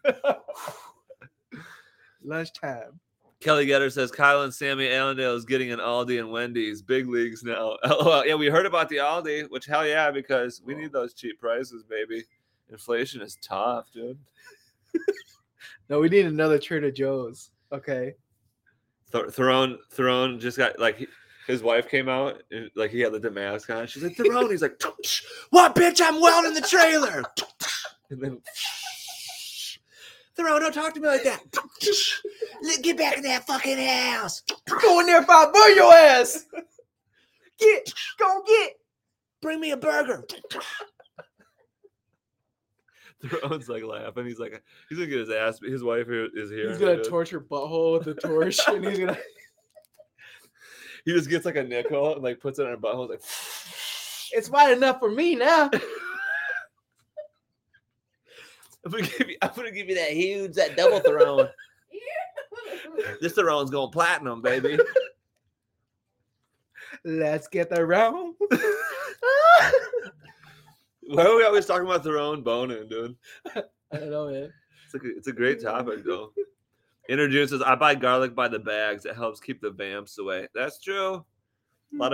[SPEAKER 3] Lunchtime.
[SPEAKER 1] Kelly Getter says Kyle and Sammy Allendale is getting an Aldi and Wendy's big leagues now. LOL. Yeah, we heard about the Aldi, which hell yeah, because we need those cheap prices, baby. Inflation is tough, dude.
[SPEAKER 3] No, we need another Trader Joe's. Okay.
[SPEAKER 1] Th- Throne, Throne just got like he- his wife came out, and, like he had the mask on. She's like Throne. He's like, "What, bitch? I'm welding the trailer." and then Throne, don't talk to me like that.
[SPEAKER 4] Let- Get back in that fucking house.
[SPEAKER 3] Go in there, Bob. Burn your ass.
[SPEAKER 4] Get, go get.
[SPEAKER 1] Bring me a burger. Theron's like laughing. He's like, he's gonna get his ass. His wife here is here.
[SPEAKER 3] He's
[SPEAKER 1] and
[SPEAKER 3] gonna
[SPEAKER 1] it-
[SPEAKER 3] torch her butthole with a torch, and he's gonna.
[SPEAKER 1] he just gets like a nickel and like puts it on her butthole. Like,
[SPEAKER 3] It's wide enough for me now.
[SPEAKER 1] I'm gonna give you, I'm gonna give you that huge, that double throne. this Theron's going platinum, baby.
[SPEAKER 3] Let's get the round.
[SPEAKER 1] Why are we always talking about Theron boning, dude?
[SPEAKER 3] I don't know, man.
[SPEAKER 1] It's like a, it's a great topic though. Inner June says, "I buy garlic by the bags. It helps keep the vamps away." That's true. A lot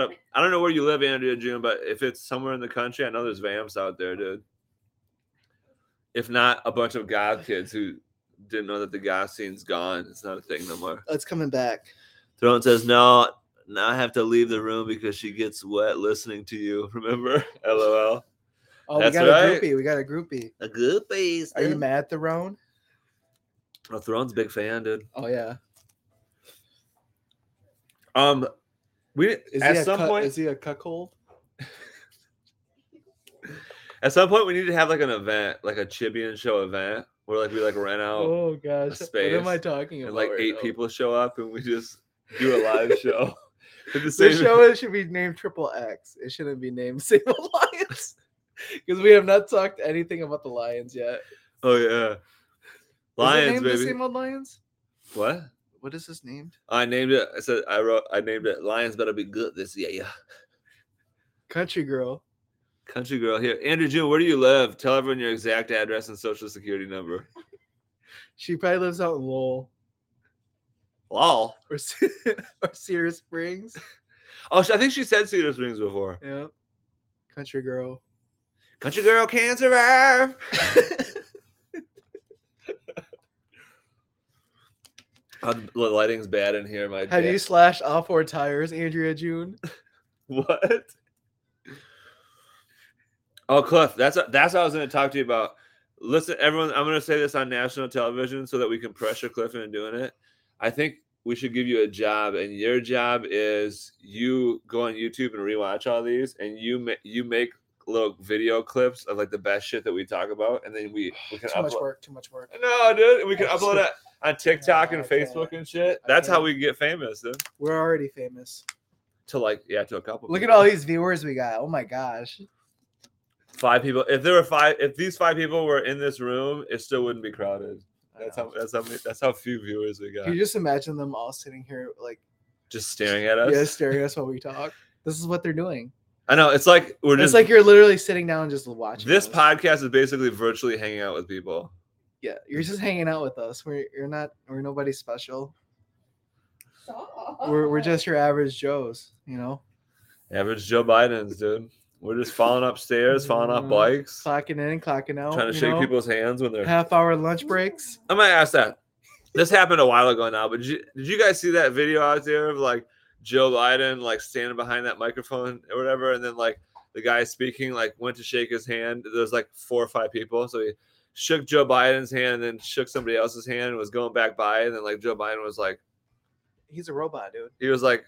[SPEAKER 1] of I don't know where you live, Andrea June, but if it's somewhere in the country, I know there's vamps out there, dude. If not, a bunch of goth kids who didn't know that the goth scene's gone. It's not a thing no more.
[SPEAKER 3] It's coming back.
[SPEAKER 1] Throne says, "No, now I have to leave the room because she gets wet listening to you." Remember? LOL.
[SPEAKER 3] Oh,
[SPEAKER 1] That's
[SPEAKER 3] we got
[SPEAKER 1] right.
[SPEAKER 3] a groupie. We got a groupie.
[SPEAKER 1] A good face.
[SPEAKER 3] Are you
[SPEAKER 1] dude.
[SPEAKER 3] mad, Theron?
[SPEAKER 1] Oh, Throne's a big fan, dude.
[SPEAKER 3] Oh yeah.
[SPEAKER 1] Um, we
[SPEAKER 3] Is
[SPEAKER 1] at
[SPEAKER 3] he a
[SPEAKER 1] some
[SPEAKER 3] cut-
[SPEAKER 1] point
[SPEAKER 3] Is he a cuckold?
[SPEAKER 1] At some point, we need to have like an event, like a Chibian show event, where like we like rent out
[SPEAKER 3] Oh gosh, what
[SPEAKER 1] space
[SPEAKER 3] am I talking about?
[SPEAKER 1] and like
[SPEAKER 3] right
[SPEAKER 1] eight
[SPEAKER 3] now?
[SPEAKER 1] people show up and we just do a live show. With the
[SPEAKER 3] The
[SPEAKER 1] same
[SPEAKER 3] show is- should be named Triple X. It shouldn't be named Single Lions because we have not talked anything about the Lions yet.
[SPEAKER 1] Oh yeah,
[SPEAKER 3] is it
[SPEAKER 1] lions,
[SPEAKER 3] named The
[SPEAKER 1] baby.
[SPEAKER 3] same old Lions.
[SPEAKER 1] What?
[SPEAKER 3] What is this named?
[SPEAKER 1] I named it. I said I wrote. I named it. Lions better be good this year. Yeah.
[SPEAKER 3] Country Girl.
[SPEAKER 1] Country girl here, Andrew June. Where do you live? Tell everyone your exact address and social security number.
[SPEAKER 3] She probably lives out in Lowell
[SPEAKER 1] Lol.
[SPEAKER 3] or, Se- or Cedar Springs.
[SPEAKER 1] Oh, she- I think she said Cedar Springs before.
[SPEAKER 3] Yeah. Country Girl.
[SPEAKER 1] Country girl can survive. Uh, the lighting's bad in here. My
[SPEAKER 3] Have
[SPEAKER 1] dad-
[SPEAKER 3] you slashed all four tires, Andrea June?
[SPEAKER 1] what? Oh, Cliff, that's that's what I was going to talk to you about. Listen, everyone, I'm going to say this on national television so that we can pressure Cliff into doing it. I think we should give you a job, and your job is you go on YouTube and rewatch all these, and you ma- you make little video clips of like the best shit that we talk about, and then we we can
[SPEAKER 3] Too much
[SPEAKER 1] upload.
[SPEAKER 3] work. Too much work.
[SPEAKER 1] No, dude, we can
[SPEAKER 3] I just-
[SPEAKER 1] upload it on TikTok
[SPEAKER 3] No,
[SPEAKER 1] and
[SPEAKER 3] I can't.
[SPEAKER 1] Facebook and shit.
[SPEAKER 3] I
[SPEAKER 1] That's how
[SPEAKER 3] can't.
[SPEAKER 1] we get famous, dude.
[SPEAKER 3] We're already famous.
[SPEAKER 1] To like, yeah, to a couple.
[SPEAKER 3] Look at
[SPEAKER 1] people.
[SPEAKER 3] all these viewers we got. Oh my gosh.
[SPEAKER 1] five people. If there were five, if these five people were in this room, it still wouldn't be crowded.
[SPEAKER 3] I
[SPEAKER 1] That's
[SPEAKER 3] know.
[SPEAKER 1] how that's how many, that's how few viewers we got.
[SPEAKER 3] Can you just imagine them all sitting here, like,
[SPEAKER 1] just staring at us.
[SPEAKER 3] yeah, staring at us while we talk? This is what they're doing.
[SPEAKER 1] I know. It's like we're
[SPEAKER 3] it's
[SPEAKER 1] just
[SPEAKER 3] like you're literally sitting down and just watching.
[SPEAKER 1] this
[SPEAKER 3] us.
[SPEAKER 1] podcast is basically virtually hanging out with people.
[SPEAKER 3] Yeah, you're just hanging out with us. We're you're not. We're nobody special. We're we're just your average Joes. You know,
[SPEAKER 1] Average Joe Biden's dude. We're just falling upstairs, falling off
[SPEAKER 3] Mm,
[SPEAKER 1] bikes,
[SPEAKER 3] clocking in and clocking out.
[SPEAKER 1] trying to
[SPEAKER 3] you
[SPEAKER 1] shake
[SPEAKER 3] know?
[SPEAKER 1] people's hands when they're.
[SPEAKER 3] half hour lunch breaks.
[SPEAKER 1] I'm gonna ask that. This happened a while ago now, but did you, did you guys see that video out there of like Joe Biden like standing behind that microphone or whatever, and then like the guy speaking like went to shake his hand. There's like four or five people, so he shook Joe Biden's hand and then shook somebody else's hand and was going back by, and then like Joe Biden was like
[SPEAKER 3] He's a robot, dude.
[SPEAKER 1] he was like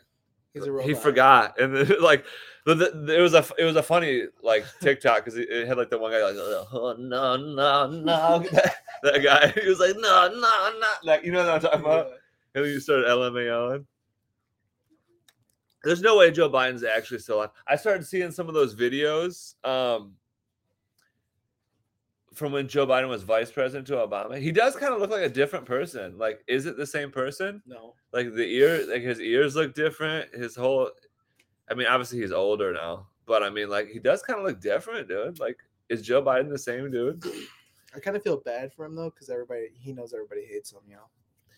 [SPEAKER 3] He's a robot.
[SPEAKER 1] he forgot, and then, like the, the, it was a it was a funny like TikTok because it, it had like the one guy like oh no no no that, that guy he was like no no no like you know what I'm talking about.
[SPEAKER 3] Yeah.
[SPEAKER 1] And then you started LMAOing. There's no way Joe Biden's actually still on. I started seeing some of those videos um, from when Joe Biden was vice president to Obama. He does kind of look like a different person. Like, is it the same person?
[SPEAKER 3] No.
[SPEAKER 1] Like the ear, like his ears look different. His whole, I mean, obviously he's older now, but I mean, like he does kind of look different, dude. Like, is Joe Biden the same dude?
[SPEAKER 3] I kind of feel bad for him though, because everybody he knows everybody hates him. You know.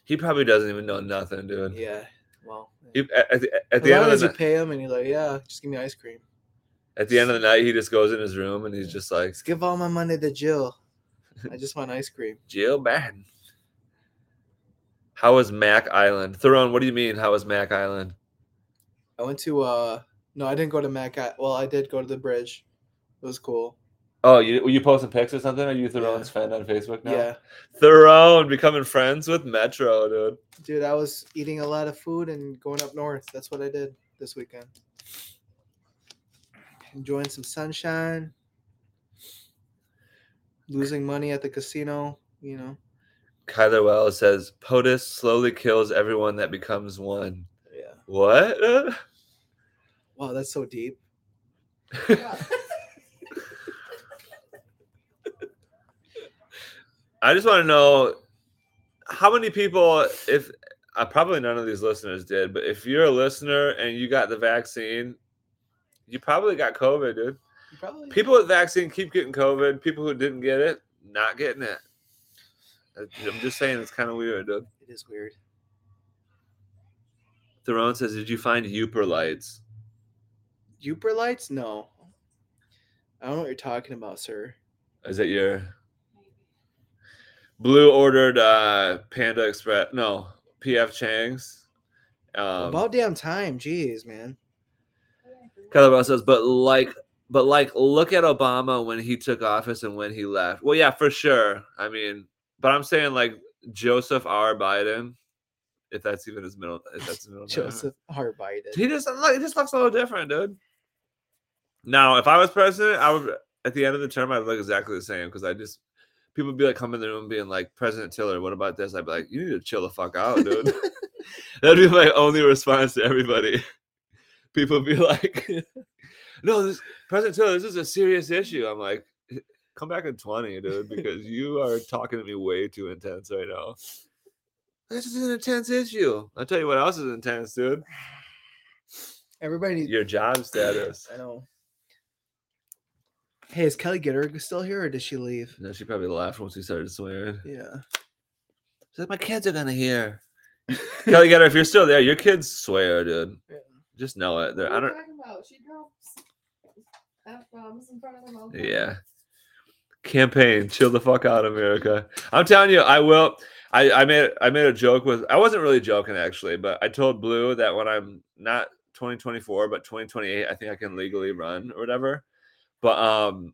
[SPEAKER 1] He probably doesn't even know nothing, dude.
[SPEAKER 3] Yeah. Well.
[SPEAKER 1] He- at, at the, at
[SPEAKER 3] As
[SPEAKER 1] the end
[SPEAKER 3] long
[SPEAKER 1] of
[SPEAKER 3] as
[SPEAKER 1] the
[SPEAKER 3] you
[SPEAKER 1] night-
[SPEAKER 3] pay him and you're like, yeah, just give me ice cream.
[SPEAKER 1] At the end of the night, he just goes in his room and he's just like,
[SPEAKER 3] Just give all my money to Jill. I just want ice cream.
[SPEAKER 1] Jill Madden. How is Mac Island? Theron, what do you mean? How is Mac Island?
[SPEAKER 3] I went to uh no, I didn't go to Mac. I, well, I did go to the bridge. It was cool.
[SPEAKER 1] Oh, you were you posting pics or something? Are you Theron's friend on Facebook now?
[SPEAKER 3] Yeah,
[SPEAKER 1] Theron becoming friends with Metro, dude.
[SPEAKER 3] dude, I was eating a lot of food and going up north. That's what I did this weekend. Enjoying some sunshine. losing money at the casino. You know,
[SPEAKER 1] Kyler Wells says POTUS slowly kills everyone that becomes one.
[SPEAKER 3] yeah.
[SPEAKER 1] What?
[SPEAKER 3] Wow, that's so deep.
[SPEAKER 1] I just want to know how many people, if uh, probably none of these listeners did, but if you're a listener and you got the vaccine, you probably got COVID, dude.
[SPEAKER 3] You probably
[SPEAKER 1] People with vaccine keep getting COVID. People who didn't get it, not getting it. Uh, I'm just saying, it's kind of weird, dude.
[SPEAKER 3] It is weird.
[SPEAKER 1] Theron says, "Did you find Uper lights?"
[SPEAKER 3] Uper lights? No. I don't know what you're talking about, sir.
[SPEAKER 1] Is it your Blue ordered uh Panda Express? No, PF Chang's. Um,
[SPEAKER 3] About damn time, jeez, man.
[SPEAKER 1] Kyler Bell says, but like, but like, look at Obama when he took office and when he left. Well, yeah, for sure. I mean, but I'm saying like Joseph R. Biden, if that's even his middle, if that's his middle name.
[SPEAKER 3] Joseph R. Biden.
[SPEAKER 1] He just like it just looks a little different, dude. Now, if I was president, I would at the end of the term I'd look exactly the same because I just people would be like coming in the room being like, President Tiller, what about this? I'd be like, You need to chill the fuck out, dude. That'd be my only response to everybody. People would be like, No, this President Tiller, this is a serious issue. I'm like, come back in 20, dude, because you are talking to me way too intense right now. This is an intense issue. I'll tell you what else is intense, dude
[SPEAKER 3] Everybody needs
[SPEAKER 1] your job status.
[SPEAKER 3] I know. Hey, is Kelly Gitter still here or did she leave?
[SPEAKER 1] No, she probably laughed once we started swearing.
[SPEAKER 3] Yeah.
[SPEAKER 1] She's like, my kids are gonna hear. Kelly Getter, if you're still there, your kids swear, dude.
[SPEAKER 3] Yeah.
[SPEAKER 1] Just know it.
[SPEAKER 2] What
[SPEAKER 1] They're,
[SPEAKER 2] are
[SPEAKER 1] I
[SPEAKER 2] you
[SPEAKER 1] don't.
[SPEAKER 2] talking about? She drops F bombs in front of them all the time.
[SPEAKER 1] Yeah. Campaign, chill the fuck out, America. I'm telling you, I will. I, I made I made a joke with I wasn't really joking actually, but I told Blue that when I'm not 2024 but 2028, I think I can legally run or whatever. But um,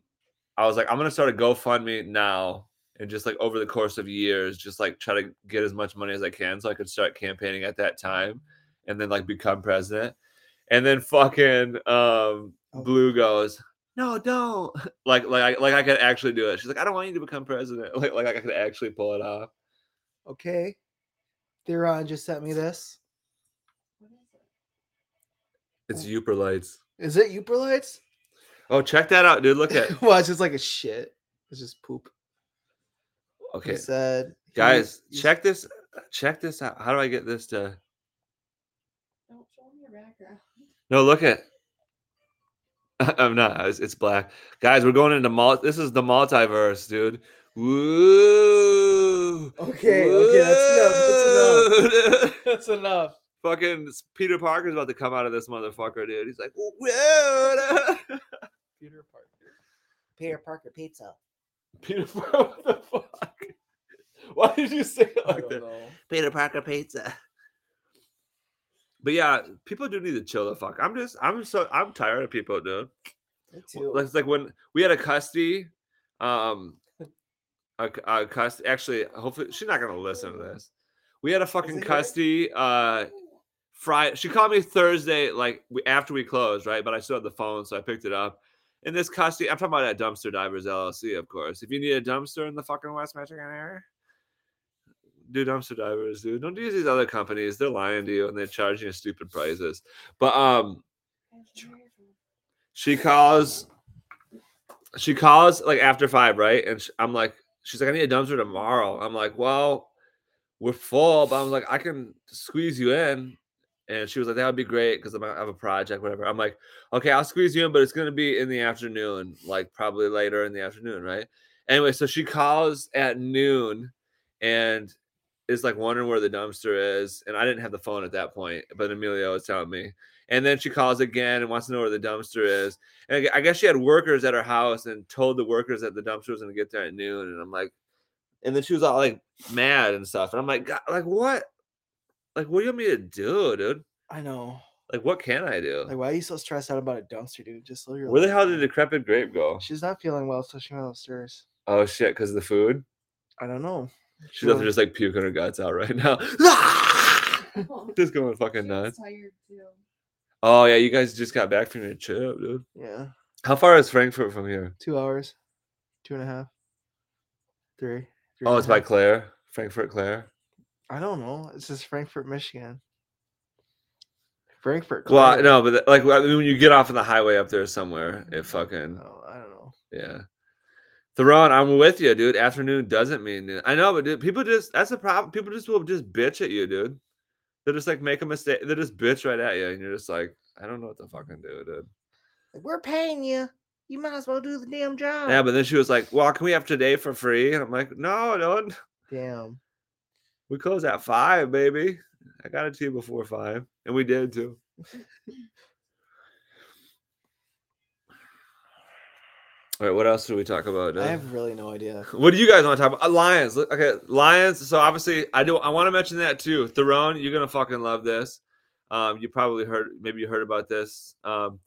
[SPEAKER 1] I was like, I'm gonna start a GoFundMe now and just like over the course of years, just like try to get as much money as I can so I could start campaigning at that time and then like become president. And then fucking um, Blue goes, no, don't. Like, like, I, like I could actually do it. She's like, I don't want you to become president. Like, like I could actually pull it off.
[SPEAKER 3] Okay. Theron just sent me this.
[SPEAKER 2] What is it?
[SPEAKER 1] It's Uper lights.
[SPEAKER 3] Is it Uper lights?
[SPEAKER 1] Oh, check that out, dude. Look at.
[SPEAKER 3] well, it's just like a shit. It's just poop. He
[SPEAKER 1] Okay,
[SPEAKER 3] said he-
[SPEAKER 1] guys,
[SPEAKER 3] he-
[SPEAKER 1] check this. uh, Check this out. How do I get this to?
[SPEAKER 2] Don't show me your background.
[SPEAKER 1] No, look at. I'm not. It's, it's black, guys. We're going into mul. This is the multiverse, dude. Woo.
[SPEAKER 3] Okay, okay, that's enough.
[SPEAKER 1] Woo, dude.
[SPEAKER 3] That's enough. That's enough.
[SPEAKER 1] Fucking Peter Parker's about to come out of this motherfucker, dude. He's like, whoa.
[SPEAKER 3] Peter Parker.
[SPEAKER 4] Peter Parker pizza.
[SPEAKER 1] Peter Parker, what the fuck? Why did you say it
[SPEAKER 3] I
[SPEAKER 1] like
[SPEAKER 3] don't
[SPEAKER 1] that?
[SPEAKER 3] know.
[SPEAKER 4] Peter Parker pizza.
[SPEAKER 1] But yeah, people do need to chill the fuck. I'm just, I'm so, I'm tired of people, dude.
[SPEAKER 3] Me
[SPEAKER 1] W-
[SPEAKER 3] too.
[SPEAKER 1] Like, it's like when we had a custody, um, a, c- a custody. Actually, hopefully, she's not gonna listen to this. We had a fucking
[SPEAKER 3] it her?
[SPEAKER 1] custody. Uh, Friday. She called me Thursday, like we, after we closed, right? But I still had the phone, so I picked it up. And this custody, I'm talking about at Dumpster Divers LLC, of course. If you need a dumpster in the fucking West Michigan area, do dumpster divers, dude. Don't use these other companies. They're lying to you and they're charging you stupid prices. But um, she calls she calls like after five right and sh i'm like she's like i need a dumpster tomorrow i'm like well we're full but i'm like i can squeeze you in and she was like that would be great because i have a project whatever i'm like okay i'll squeeze you in but it's going to be in the afternoon like probably later in the afternoon right anyway so she calls at noon and is like wondering where the dumpster is and i didn't have the phone at that point but emilio was telling me and then she calls again and wants to know where the dumpster is. And I gu- I guess she had workers at her house and told the workers that the dumpster was going to get there at noon. And I'm like, and then she was all like mad and stuff. And I'm like, God, like what? Like what do you want me to do, dude?
[SPEAKER 3] I know.
[SPEAKER 1] Like what can I
[SPEAKER 3] Like,
[SPEAKER 1] do?
[SPEAKER 3] why are you so stressed out about a dumpster, dude? Just live your
[SPEAKER 1] Where the
[SPEAKER 3] life.
[SPEAKER 1] hell did decrepit grape go?
[SPEAKER 3] She's not feeling well, so she went upstairs.
[SPEAKER 1] Oh shit, because the food.
[SPEAKER 3] I don't know.
[SPEAKER 1] She's up
[SPEAKER 3] Sure.
[SPEAKER 1] there just like puking her guts out right now.
[SPEAKER 2] Oh,
[SPEAKER 1] just going fucking
[SPEAKER 2] she was
[SPEAKER 1] nuts.
[SPEAKER 2] tired too.
[SPEAKER 1] Oh yeah, you guys just got back from your trip, dude.
[SPEAKER 3] Yeah,
[SPEAKER 1] How far is Frankfurt from here?
[SPEAKER 3] two hours, two and a half. Three. three
[SPEAKER 1] Oh,
[SPEAKER 3] and
[SPEAKER 1] it's
[SPEAKER 3] a
[SPEAKER 1] by
[SPEAKER 3] half.
[SPEAKER 1] Claire, Frankfurt Claire.
[SPEAKER 3] I don't know. It's just Frankfurt, Michigan. Frankfurt.
[SPEAKER 1] Well, I-
[SPEAKER 3] Claire.
[SPEAKER 1] no, but that- like I mean, when you get off on the highway up there somewhere, it fucking
[SPEAKER 3] No, Oh, I don't know.
[SPEAKER 1] yeah. Theron, I'm with you, dude. Afternoon doesn't mean noon. I know, but dude, people just that's the problem. People just will just bitch at you, dude. They're just like make a mistake. They just bitch right at you, and you're just like, I don't know what to fucking do, dude.
[SPEAKER 4] We're paying you. You might as well do the damn
[SPEAKER 3] Oh.
[SPEAKER 4] job.
[SPEAKER 1] Yeah, but then she was like, "Well, can we have today for free?" And I'm like, "No, don't.
[SPEAKER 3] Damn.
[SPEAKER 1] We close at five, baby. I got it to you before five, and we did too." All right, what else did we talk about?
[SPEAKER 3] I
[SPEAKER 1] uh,
[SPEAKER 3] have really no idea.
[SPEAKER 1] What do you guys want to talk about? Uh, Lions. Look, Okay, Lions. So obviously, I do. I want to mention that too. Theron, you're gonna fucking love this. Um, you probably heard. Maybe you heard about this. Um,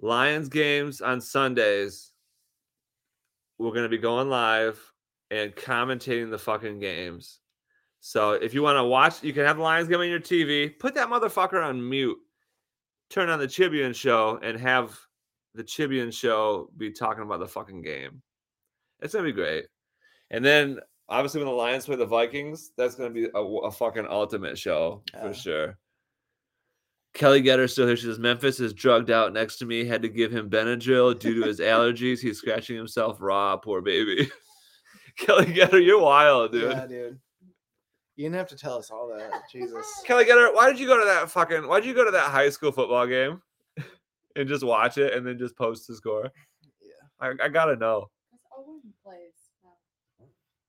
[SPEAKER 1] Lions games on Sundays. We're gonna be going live and commentating the fucking games. So if you want to watch, you can have the Lions game on your TV. Put that motherfucker on mute. Turn on the Chibian show and have the Chibian show be talking about the fucking game. It's gonna be great. And then obviously when the Lions play the Vikings, that's gonna be a, a fucking ultimate show
[SPEAKER 3] Yeah.
[SPEAKER 1] for sure. Kelly Getter still here. She says Memphis is drugged out next to me. Had to give him Benadryl due to his allergies. He's scratching himself raw. Poor baby. Kelly Getter, you're wild, dude.
[SPEAKER 3] Yeah, dude. You didn't have to tell us all that. Jesus.
[SPEAKER 1] Kelly Getter, why did you go to that fucking? Why did you go to that high school football game and just watch it and then just post the score? Yeah, I, I gotta know.
[SPEAKER 2] Because Owen plays. now.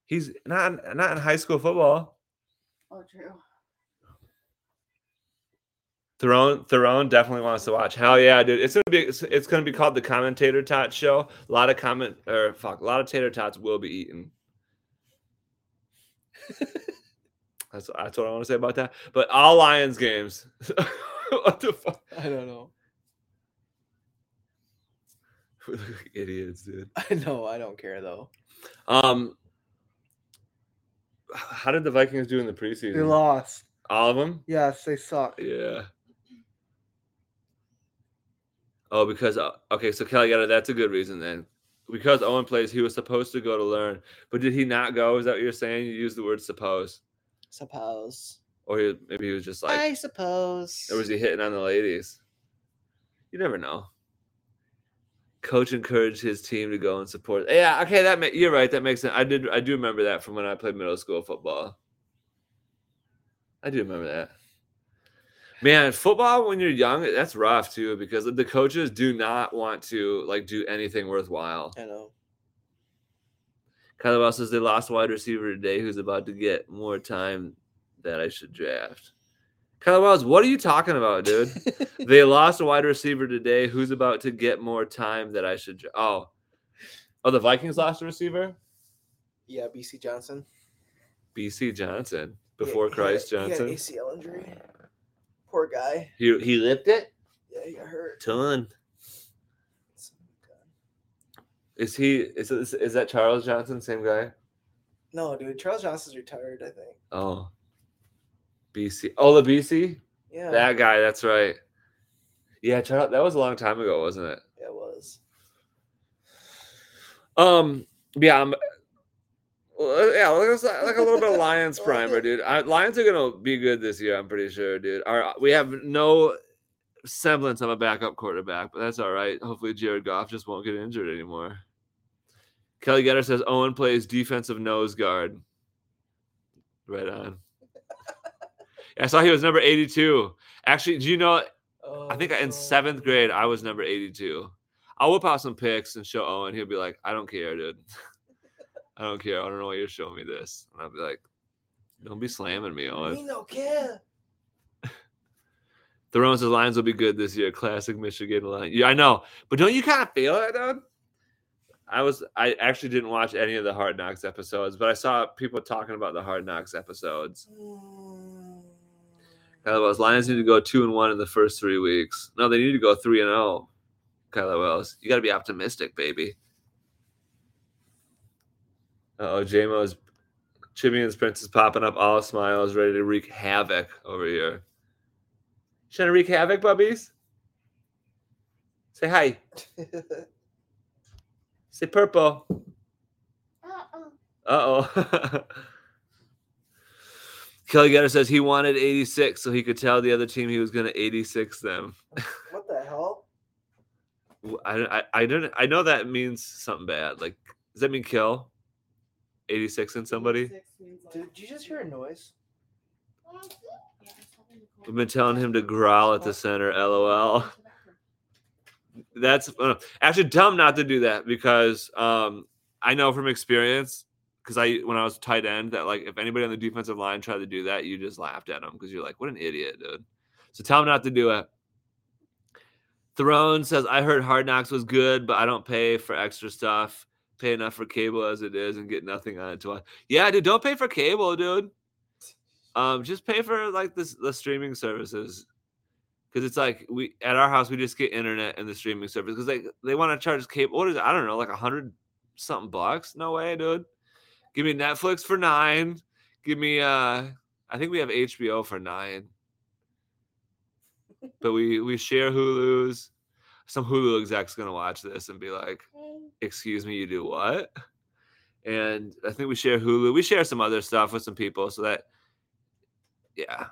[SPEAKER 1] He's not in- not in high school football.
[SPEAKER 2] Oh, true.
[SPEAKER 1] Theron Theron definitely wants to watch. Hell yeah, dude! It's gonna be it's, it's gonna be called the Commentator Tot Show. A lot of comment or fuck, a lot of tater tots will be eaten. that's that's what I want to say about that. But all Lions games. what the fuck?
[SPEAKER 3] I don't know.
[SPEAKER 1] We look like Idiots, dude.
[SPEAKER 3] I know. I don't care though.
[SPEAKER 1] Um, how did the Vikings do in the preseason?
[SPEAKER 3] They lost.
[SPEAKER 1] All of them?
[SPEAKER 3] Yes, they suck.
[SPEAKER 1] Yeah. Oh, because uh, okay, so Kelly got it. That's a good reason then. Because Owen plays, he was supposed to go to learn, but did he not go? Is that what you're saying? You used the word suppose,
[SPEAKER 3] Suppose.
[SPEAKER 1] or he, maybe he was just like,
[SPEAKER 4] I suppose.
[SPEAKER 1] or was he hitting on the ladies? You never know. Coach encouraged his team to go and support. Yeah, okay, that ma- you're right. That makes sense. I did. I do remember that from when I played middle school football. I do remember that. Man, football when you're young, that's rough too because the coaches do not want to like do anything worthwhile.
[SPEAKER 3] I know.
[SPEAKER 1] Kyler Wells says they lost wide receiver today who's about to get more time that I should draft. Kyler Wells, what are you talking about, dude? they lost a wide receiver today who's about to get more time that I should dra- Oh. Oh, the Vikings lost a receiver?
[SPEAKER 3] Yeah, BC Johnson.
[SPEAKER 1] BC Johnson.
[SPEAKER 3] He-
[SPEAKER 1] Before
[SPEAKER 3] he had-
[SPEAKER 1] Christ
[SPEAKER 3] he had
[SPEAKER 1] Johnson.
[SPEAKER 3] ACL injury. Poor guy.
[SPEAKER 1] He he lipped it?
[SPEAKER 3] Yeah, he got hurt.
[SPEAKER 1] Ton. Is he is, is is that Charles Johnson, same guy?
[SPEAKER 3] No, dude. Charles Johnson's retired. I think.
[SPEAKER 1] Oh. BC. Oh, the BC?
[SPEAKER 3] Yeah.
[SPEAKER 1] That guy, that's right. Yeah, Charles, that was a long time ago, wasn't it?
[SPEAKER 3] yeah, it was.
[SPEAKER 1] Um, yeah, I'm. well, Yeah, like, us like a little bit of Lions primer, dude. I, Lions are gonna be good this year, I'm pretty sure, dude. Our, we have no semblance of a backup quarterback, but that's all right. Hopefully, Jared Goff just won't get injured anymore. Kelly Getter says Owen plays defensive nose guard. Right on. I saw he was number 82. Actually, do you know
[SPEAKER 3] Oh,
[SPEAKER 1] I think in
[SPEAKER 3] no.
[SPEAKER 1] seventh grade, I was number 82. I'll whip out some pics and show Owen. He'll be like, I don't care, dude. I don't care. I don't know why you're showing me this. And I'll be like, don't be slamming me,
[SPEAKER 3] We
[SPEAKER 1] Owen.
[SPEAKER 3] no care.
[SPEAKER 1] The Rones' lines will be good this year. Classic Michigan line. Yeah, I know. But don't you kind of feel it, dude? I was I actually didn't watch any of the Hard Knocks episodes, but I saw people talking about the Hard Knocks episodes.
[SPEAKER 3] Hmm.
[SPEAKER 1] Kyler Wells, Lions need to go two and one in the first three weeks. No, they need to go three and zero. Kyler Wells, you got to be optimistic, baby. Uh oh, JMo's Chimmy's Prince is popping up, all smiles, ready to wreak havoc over here. Trying to wreak havoc, bubbies? Say hi.
[SPEAKER 3] Mm.
[SPEAKER 1] Say purple.
[SPEAKER 2] Uh-uh.
[SPEAKER 1] Uh Uh oh. Kelly Getter says he wanted 86 so he could tell the other team he was going to 86 them.
[SPEAKER 3] What the hell?
[SPEAKER 1] W- I, I, I don't I know that means something bad. Like, does that mean kill 86 in somebody?
[SPEAKER 2] Six means like-
[SPEAKER 3] Did you just hear a noise?
[SPEAKER 2] Yeah, I was talking to Cole.
[SPEAKER 1] We've been telling him to growl at the center. LOL. That's uh, actually tell him not to do that because um, I know from experience because I when I was tight end that like if anybody on the defensive line tried to do that, you just laughed at them because you're like, what an idiot, dude. So tell him not to do it. Throne says, I heard Hard Knocks was good, but I don't pay for extra stuff. Pay enough for cable as it is and get nothing on it to watch. Yeah, dude, don't pay for cable, dude. Um, just pay for like this the streaming services because it's like we at our house we just get internet and the streaming service because they they want to charge cable. What is it? I don't know, like a hundred something bucks? No way, dude. Give me Netflix for nine. Give me uh, I think we have HBO for nine, but we we share Hulu's. Some Hulu exec's gonna watch this and be like, "Excuse me, you do what?" And I think we share Hulu. We share some other stuff with some people, so that yeah.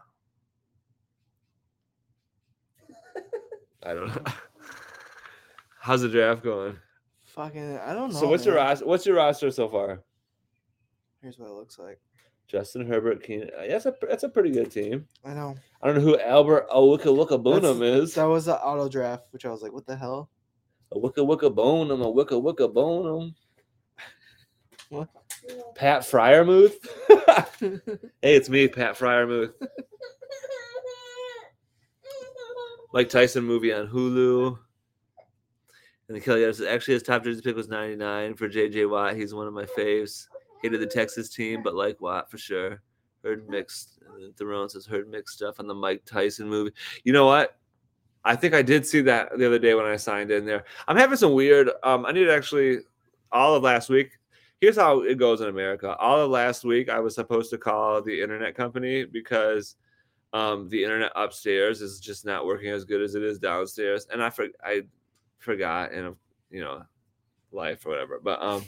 [SPEAKER 1] I don't know. How's the draft going?
[SPEAKER 3] Fucking, I don't know.
[SPEAKER 1] So what's your
[SPEAKER 3] man.
[SPEAKER 1] roster? What's your roster so far?
[SPEAKER 3] Here's what it looks like.
[SPEAKER 1] Justin Herbert, Keenan. uh, That's a that's a pretty good team.
[SPEAKER 3] I know.
[SPEAKER 1] I don't know who Albert Awuka Wooka Bonum is.
[SPEAKER 3] That was the auto draft, which I was like, what the hell?
[SPEAKER 1] A Wooka Wooka Bonum, a Wooka Wooka Bonum. Pat Fryermuth. hey, it's me, Pat Fryermuth. Mike Tyson movie on Hulu. And the Kelly says, actually, his top jersey pick was 99 for JJ Watt. He's one of my faves. Hated the Texas team, but like Watt for sure. Heard mixed. And then Theron says, heard mixed stuff on the Mike Tyson movie. You know what? I think I did see that the other day when I signed in there. I'm having some weird. Um, I need to actually, all of last week, here's how it goes in America. All of last week, I was supposed to call the internet company because um, the internet upstairs is just not working as good as it is downstairs, and I for, I forgot, and you know, life or whatever. But um,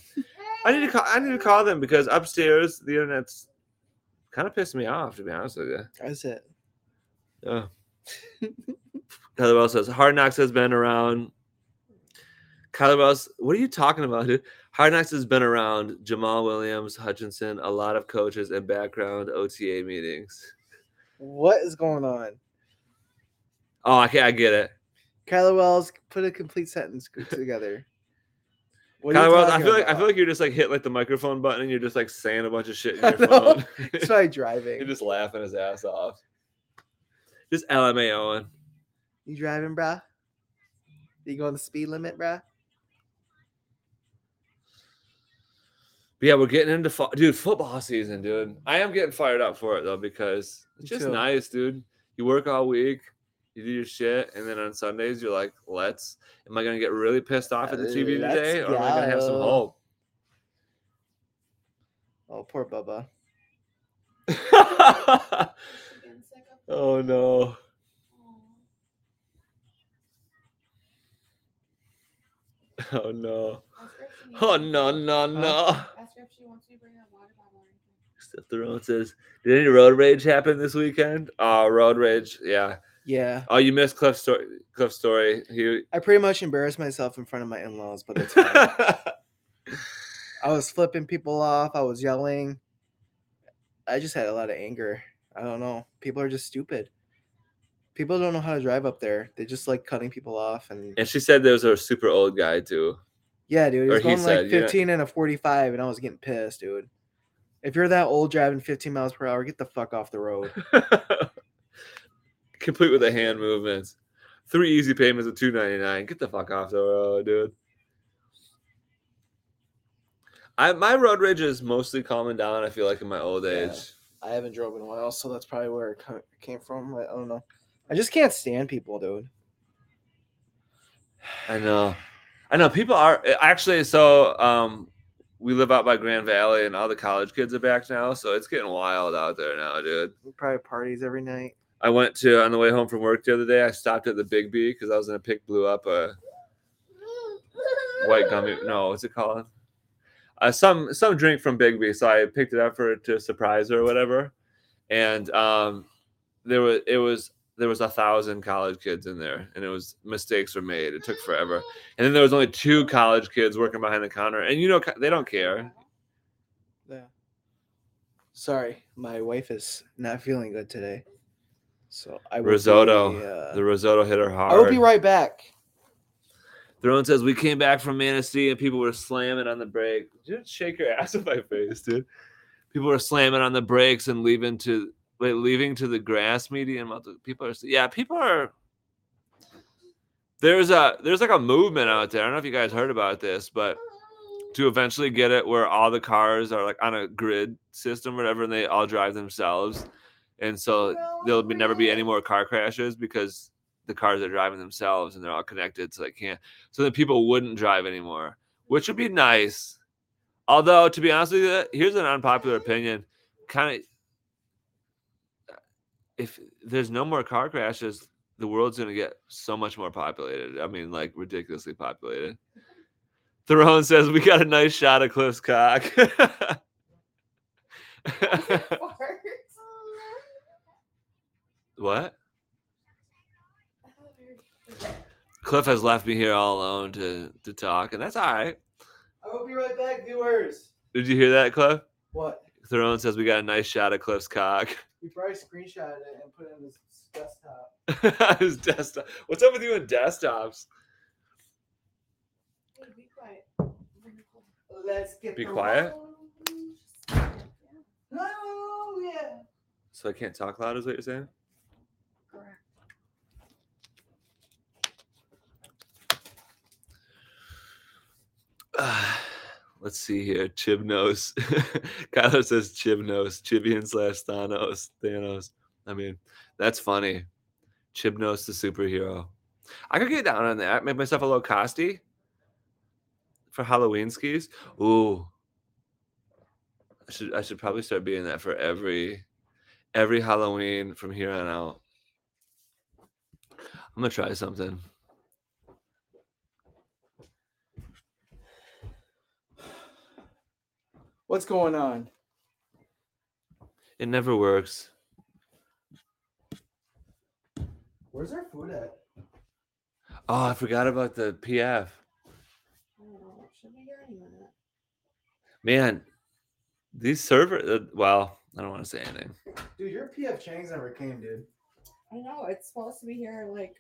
[SPEAKER 1] I need to call. I need to call them because upstairs the internet's kind of pissed me off, to be honest with you.
[SPEAKER 3] That's it.
[SPEAKER 1] Yeah. Kyler Wells says Hard Knocks has been around. Kyler Wells, what are you talking about, dude? Hard Knocks has been around Jamal Williams, Hutchinson, a lot of coaches and background OTA meetings.
[SPEAKER 3] What is going on?
[SPEAKER 1] Oh, I can I get it.
[SPEAKER 3] Kyler Wells put a complete sentence g- together. What are you
[SPEAKER 1] Kyler Wells, I
[SPEAKER 3] talking
[SPEAKER 1] feel like I
[SPEAKER 3] about?
[SPEAKER 1] feel like you're just like hit like the microphone button and you're just like saying a bunch of shit in your
[SPEAKER 3] I know.
[SPEAKER 1] phone.
[SPEAKER 3] It's probably
[SPEAKER 1] you're
[SPEAKER 3] driving.
[SPEAKER 1] just laughing his ass off. Just LMAOing.
[SPEAKER 3] You driving, bruh? You going the speed limit, bruh?
[SPEAKER 1] But yeah, we're getting into fo- dude football season, dude. I am getting fired up for it though because
[SPEAKER 3] Me
[SPEAKER 1] it's just
[SPEAKER 3] too.
[SPEAKER 1] nice, dude. You work all week, you do your shit, and then on Sundays you're like, "Let's." Am I gonna get really pissed off at the TV
[SPEAKER 3] Let's
[SPEAKER 1] today, or am I gonna have some
[SPEAKER 3] go.
[SPEAKER 1] hope?
[SPEAKER 3] Oh, poor Bubba.
[SPEAKER 2] Again, sick of-
[SPEAKER 1] oh no!
[SPEAKER 2] Aw.
[SPEAKER 1] Oh no!
[SPEAKER 2] Ask her if she needs
[SPEAKER 1] Oh
[SPEAKER 2] anything.
[SPEAKER 1] no! No no!
[SPEAKER 2] Ask her if she wants you to bring a water bottle or anything.
[SPEAKER 1] Steph Theron says, "Did any road rage happen this weekend?" Oh, road rage. Yeah.
[SPEAKER 3] Yeah,
[SPEAKER 1] Oh, you missed Cliff's story. Cliff's story. He.
[SPEAKER 3] I pretty much embarrassed myself in front of my in-laws, but it's fine. I was flipping people off. I was yelling. I just had a lot of anger. I don't know. People are just stupid. People don't know how to drive up there. They just like cutting people off and
[SPEAKER 1] and she said there was a super old guy too.
[SPEAKER 3] yeah, dude. It
[SPEAKER 1] Or
[SPEAKER 3] was
[SPEAKER 1] he
[SPEAKER 3] going
[SPEAKER 1] said,
[SPEAKER 3] like
[SPEAKER 1] yeah.
[SPEAKER 3] 15 and a 45, and I was getting pissed, dude. If you're that old driving 15 miles per hour, get the fuck off the road.
[SPEAKER 1] Complete with the hand movements. Three easy payments of two ninety nine. Get the fuck off the road, dude. I my road rage is mostly calming down. I feel like in my old
[SPEAKER 3] Yeah.
[SPEAKER 1] age.
[SPEAKER 3] I haven't drove in a while, so that's probably where it co- came from. I don't know. I just can't stand people, dude.
[SPEAKER 1] I know. I know people are actually so um we live out by Grand Valley and all the college kids are back now, so it's getting wild out there now, dude.
[SPEAKER 3] Probably parties every night.
[SPEAKER 1] I went to on the way home from work the other day, I stopped at the Big B because I was uh, gonna pick blew up a white gummy no, what's it called? uh, some some drink from Bigby. So I picked it up for to surprise her or whatever. And um, there was it was there was a thousand college kids in there, and it was mistakes were made. It took forever. And then there was only two college kids working behind the counter, and you know co- they don't care.
[SPEAKER 3] Yeah. Sorry, my wife is not feeling good today. So I will
[SPEAKER 1] Risotto.
[SPEAKER 3] Be, uh,
[SPEAKER 1] The risotto hit her hard.
[SPEAKER 3] I will be right back.
[SPEAKER 1] Throne says we came back from Manistee and people were slamming on the brake. Dude, shake your ass in my face, dude. People were slamming on the brakes and leaving to wait, leaving to the grass median. What the- People are yeah, people are. There's a there's like a movement out there. I don't know if you guys heard about this, but to eventually get it where all the cars are like on a grid system, or whatever, and they all drive themselves, and so there'll be, never be any more car crashes because the cars are driving themselves and they're all connected, so they can't. So that people wouldn't drive anymore, which would be nice. Although, to be honest with you, here's an unpopular opinion. Kind of, if there's no more car crashes, the world's going to get so much more populated. I mean, like ridiculously populated. Theron says we got a nice shot of Cliff's cock. what? Cliff has left me here all alone to to talk, and that's all right.
[SPEAKER 3] I will be right back, viewers.
[SPEAKER 1] Did you hear that, Cliff?
[SPEAKER 3] What?
[SPEAKER 1] Theron says we got a nice shot of Cliff's cock.
[SPEAKER 3] We probably screenshotted it and put it in this desktop.
[SPEAKER 1] His desktop. What's up with you and desktops?
[SPEAKER 3] Let's get
[SPEAKER 1] Be quiet.
[SPEAKER 3] Oh yeah.
[SPEAKER 1] So I can't talk loud, is what you're saying? let's see here. Chibnos. Kyler says Chibnos. Chibian slash Thanos. Thanos. I mean, that's funny. Chibnos the superhero. I could get down on that. Make myself a little costi for Halloween skis. Ooh. I should I should probably start being that for every every Halloween from here on out. I'm gonna try something.
[SPEAKER 3] What's going on?
[SPEAKER 1] It never works.
[SPEAKER 3] Where's our food at?
[SPEAKER 1] Oh, I forgot about the PF. Man, these server. Uh, well, I don't want to say anything.
[SPEAKER 3] Dude, your PF Chang's never came, dude.
[SPEAKER 2] I know it's supposed to be here like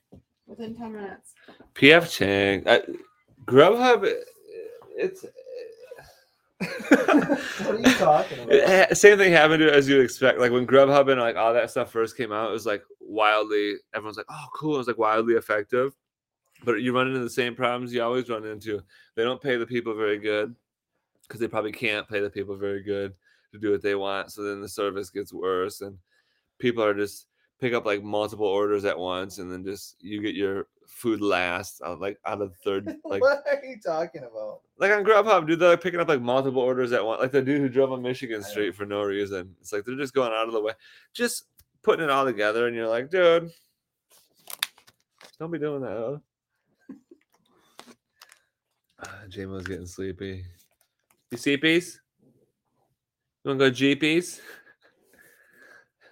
[SPEAKER 2] within ten minutes.
[SPEAKER 1] PF Chang, I, Grubhub. uh, It's
[SPEAKER 3] what are you talking
[SPEAKER 1] It
[SPEAKER 3] about?
[SPEAKER 1] ha- same thing happened to it as you'd expect. Like when Grubhub and like all that stuff first came out, it was like wildly. Everyone's like, "Oh, cool!" It was like wildly effective. But you run into the same problems you always run into. They don't pay the people very good because they probably can't pay the people very good to do what they want. So then the service gets worse, and people are just pick up like multiple orders at once, and then just you get your food last, uh, like out of third, like
[SPEAKER 3] what are you talking about?
[SPEAKER 1] like on Grubhub, dude, they're like picking up like multiple orders at once. Like the dude who drove on Michigan
[SPEAKER 3] I know.
[SPEAKER 1] Street for no reason. It's like they're just going out of the way, just putting it all together, and you're like, dude, don't be doing that. Uh, JMO's getting sleepy. You CPs? You want to go GPs?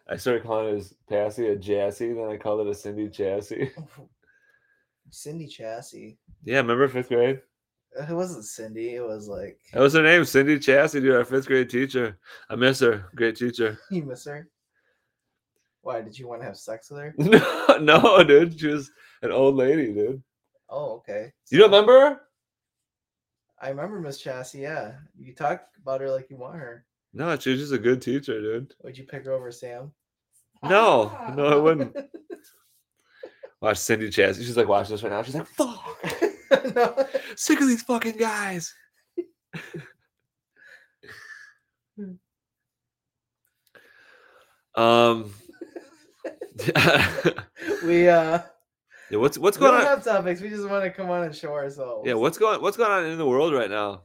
[SPEAKER 1] I started calling his passy a chassis, then I called it a Cindy chassis.
[SPEAKER 3] Cindy Chassis.
[SPEAKER 1] Yeah, remember fifth grade?
[SPEAKER 3] It wasn't Cindy. It was like
[SPEAKER 1] That was her name, Cindy Chassie, dude, our fifth grade teacher. I miss her. Great teacher.
[SPEAKER 3] you miss her. Why did you want to have sex with her?
[SPEAKER 1] No, no, dude. She was an old lady, dude.
[SPEAKER 3] Oh, okay.
[SPEAKER 1] You don't remember her?
[SPEAKER 3] I remember Miss Chassis. Yeah, you talk about her like you want her.
[SPEAKER 1] No, she was just a good teacher, dude.
[SPEAKER 3] Would you pick her over Sam?
[SPEAKER 1] No, no, I wouldn't. Watch Cindy Chassie. She's like, watching this right now. She's like, fuck,
[SPEAKER 3] no.
[SPEAKER 1] sick of these fucking guys. um, yeah,
[SPEAKER 3] We uh,
[SPEAKER 1] what's what's
[SPEAKER 3] we
[SPEAKER 1] going
[SPEAKER 3] don't
[SPEAKER 1] on?
[SPEAKER 3] have topics. We just want to come on and show ourselves.
[SPEAKER 1] Yeah, what's going what's going on in the world right now?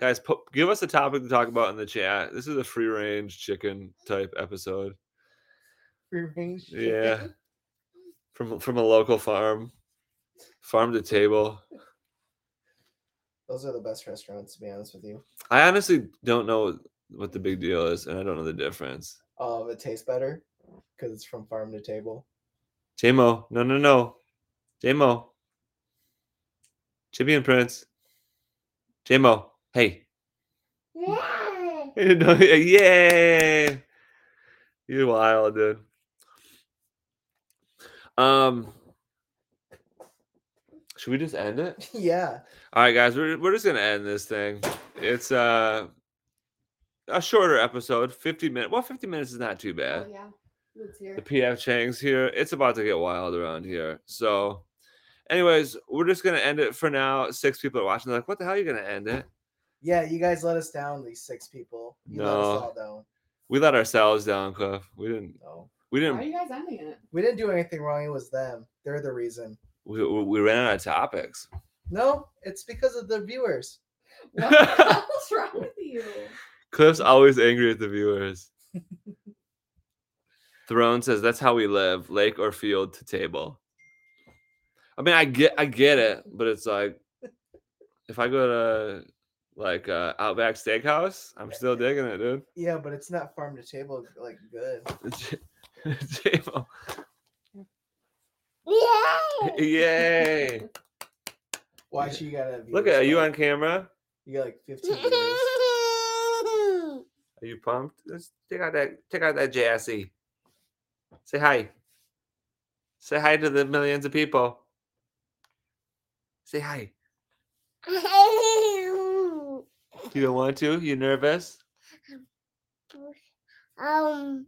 [SPEAKER 1] Guys, po- give us a topic to talk about in the chat. This is a free range chicken type episode.
[SPEAKER 3] Free range
[SPEAKER 1] Yeah.
[SPEAKER 3] chicken?
[SPEAKER 1] From from a local farm. Farm to table.
[SPEAKER 3] Those are the best restaurants, to be honest with you.
[SPEAKER 1] I honestly don't know what the big deal is, and I don't know the difference.
[SPEAKER 3] Um, it tastes better because it's from farm to table.
[SPEAKER 1] JMO, no, no, no, JMO, Chippy and Prince, JMO, hey, yay, you're wild, dude. Um, should we just end it?
[SPEAKER 3] yeah.
[SPEAKER 1] All right, guys, we're, we're just gonna end this thing. It's uh, a shorter episode, fifty minutes. Well, fifty minutes is not too bad.
[SPEAKER 2] Oh, yeah. It's here.
[SPEAKER 1] The PF Chang's here. It's about to get wild around here. So, anyways, we're just gonna end it for now. Six people are watching. They're like, "What the hell are you gonna end it?"
[SPEAKER 3] Yeah, you guys let us down, these six people. You let
[SPEAKER 1] No.
[SPEAKER 3] us all down.
[SPEAKER 1] We let ourselves down, Cliff. We didn't.
[SPEAKER 3] No.
[SPEAKER 1] We
[SPEAKER 2] Why are
[SPEAKER 1] didn't.
[SPEAKER 2] you guys ending it?
[SPEAKER 3] We didn't do anything wrong. It was them. They're the reason.
[SPEAKER 1] We, we we ran out of topics.
[SPEAKER 3] No, it's because of the viewers.
[SPEAKER 2] What the hell's wrong with you?
[SPEAKER 1] Cliff's always angry at the viewers. Throne says that's how we live, lake or field to table. I mean, I get, I get it, but it's like if I go to like uh, Outback Steakhouse, I'm still digging it, dude.
[SPEAKER 3] Yeah, but it's not farm to table like good.
[SPEAKER 1] Table.
[SPEAKER 2] Oh.
[SPEAKER 1] Yay!
[SPEAKER 3] Why you gotta have
[SPEAKER 1] Look
[SPEAKER 3] viewers,
[SPEAKER 1] at are you
[SPEAKER 3] though?
[SPEAKER 1] on camera.
[SPEAKER 3] You got like 15 viewers.
[SPEAKER 1] Are you pumped? Let's take out that take out that jassy. Say hi. Say hi to the millions of people. Say hi. You don't want to? You nervous?
[SPEAKER 5] Um,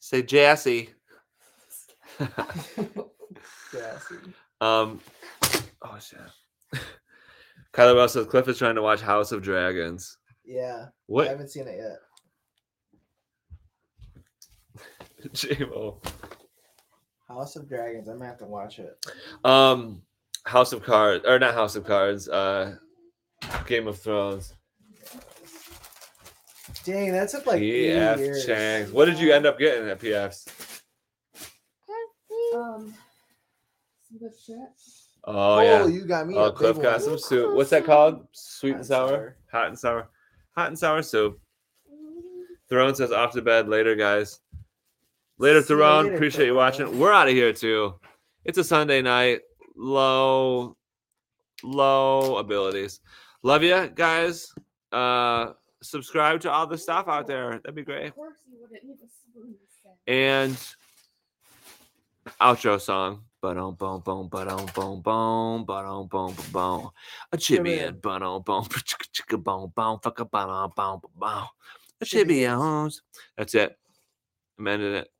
[SPEAKER 1] Say jassy.
[SPEAKER 3] Yeah, see.
[SPEAKER 1] um. Oh shit. Kyler Russell Cliff is trying to watch House of Dragons.
[SPEAKER 3] yeah. I
[SPEAKER 1] What
[SPEAKER 3] haven't seen it yet.
[SPEAKER 1] JMO?
[SPEAKER 3] House of Dragons. I'm gonna have to watch it.
[SPEAKER 1] Um, House of Cards, or not House of Cards, uh, Game of Thrones.
[SPEAKER 3] Dang, that took like eight
[SPEAKER 1] PF
[SPEAKER 3] years.
[SPEAKER 1] Changs. What did you end up getting at PF's?
[SPEAKER 2] Um, some good shit.
[SPEAKER 1] Oh,
[SPEAKER 3] Oh,
[SPEAKER 1] yeah.
[SPEAKER 3] you got me.
[SPEAKER 1] Oh,
[SPEAKER 3] a
[SPEAKER 1] Cliff
[SPEAKER 3] big
[SPEAKER 1] got
[SPEAKER 3] one.
[SPEAKER 1] some soup. What's that called? Sweet
[SPEAKER 3] Hot
[SPEAKER 1] and
[SPEAKER 3] and
[SPEAKER 1] sour?
[SPEAKER 3] sour.
[SPEAKER 1] Hot and sour. Hot and sour soup. Throne says off to bed later, guys. Later,
[SPEAKER 3] See you
[SPEAKER 1] Throne.
[SPEAKER 3] later,
[SPEAKER 1] Appreciate you
[SPEAKER 3] Throne.
[SPEAKER 1] watching. We're out of here too. It's a Sunday night. Low, low abilities. Love you guys. Uh, subscribe to all the stuff out there. That'd be great.
[SPEAKER 2] Of course you wouldn't need a spoon. to say.
[SPEAKER 1] and outro song. Ba-dum, boom, boom, ba-dum, boom, boom, ba-dum, boom, boom, boom. A chimmy
[SPEAKER 3] Chimmy.
[SPEAKER 1] and ba-dum, boom, chicka, chicka, boom, boom, fucka, ba-dum, boom, boom, boom. A
[SPEAKER 3] Chimmy
[SPEAKER 1] chimmy and homes. That's it. I'm ending it.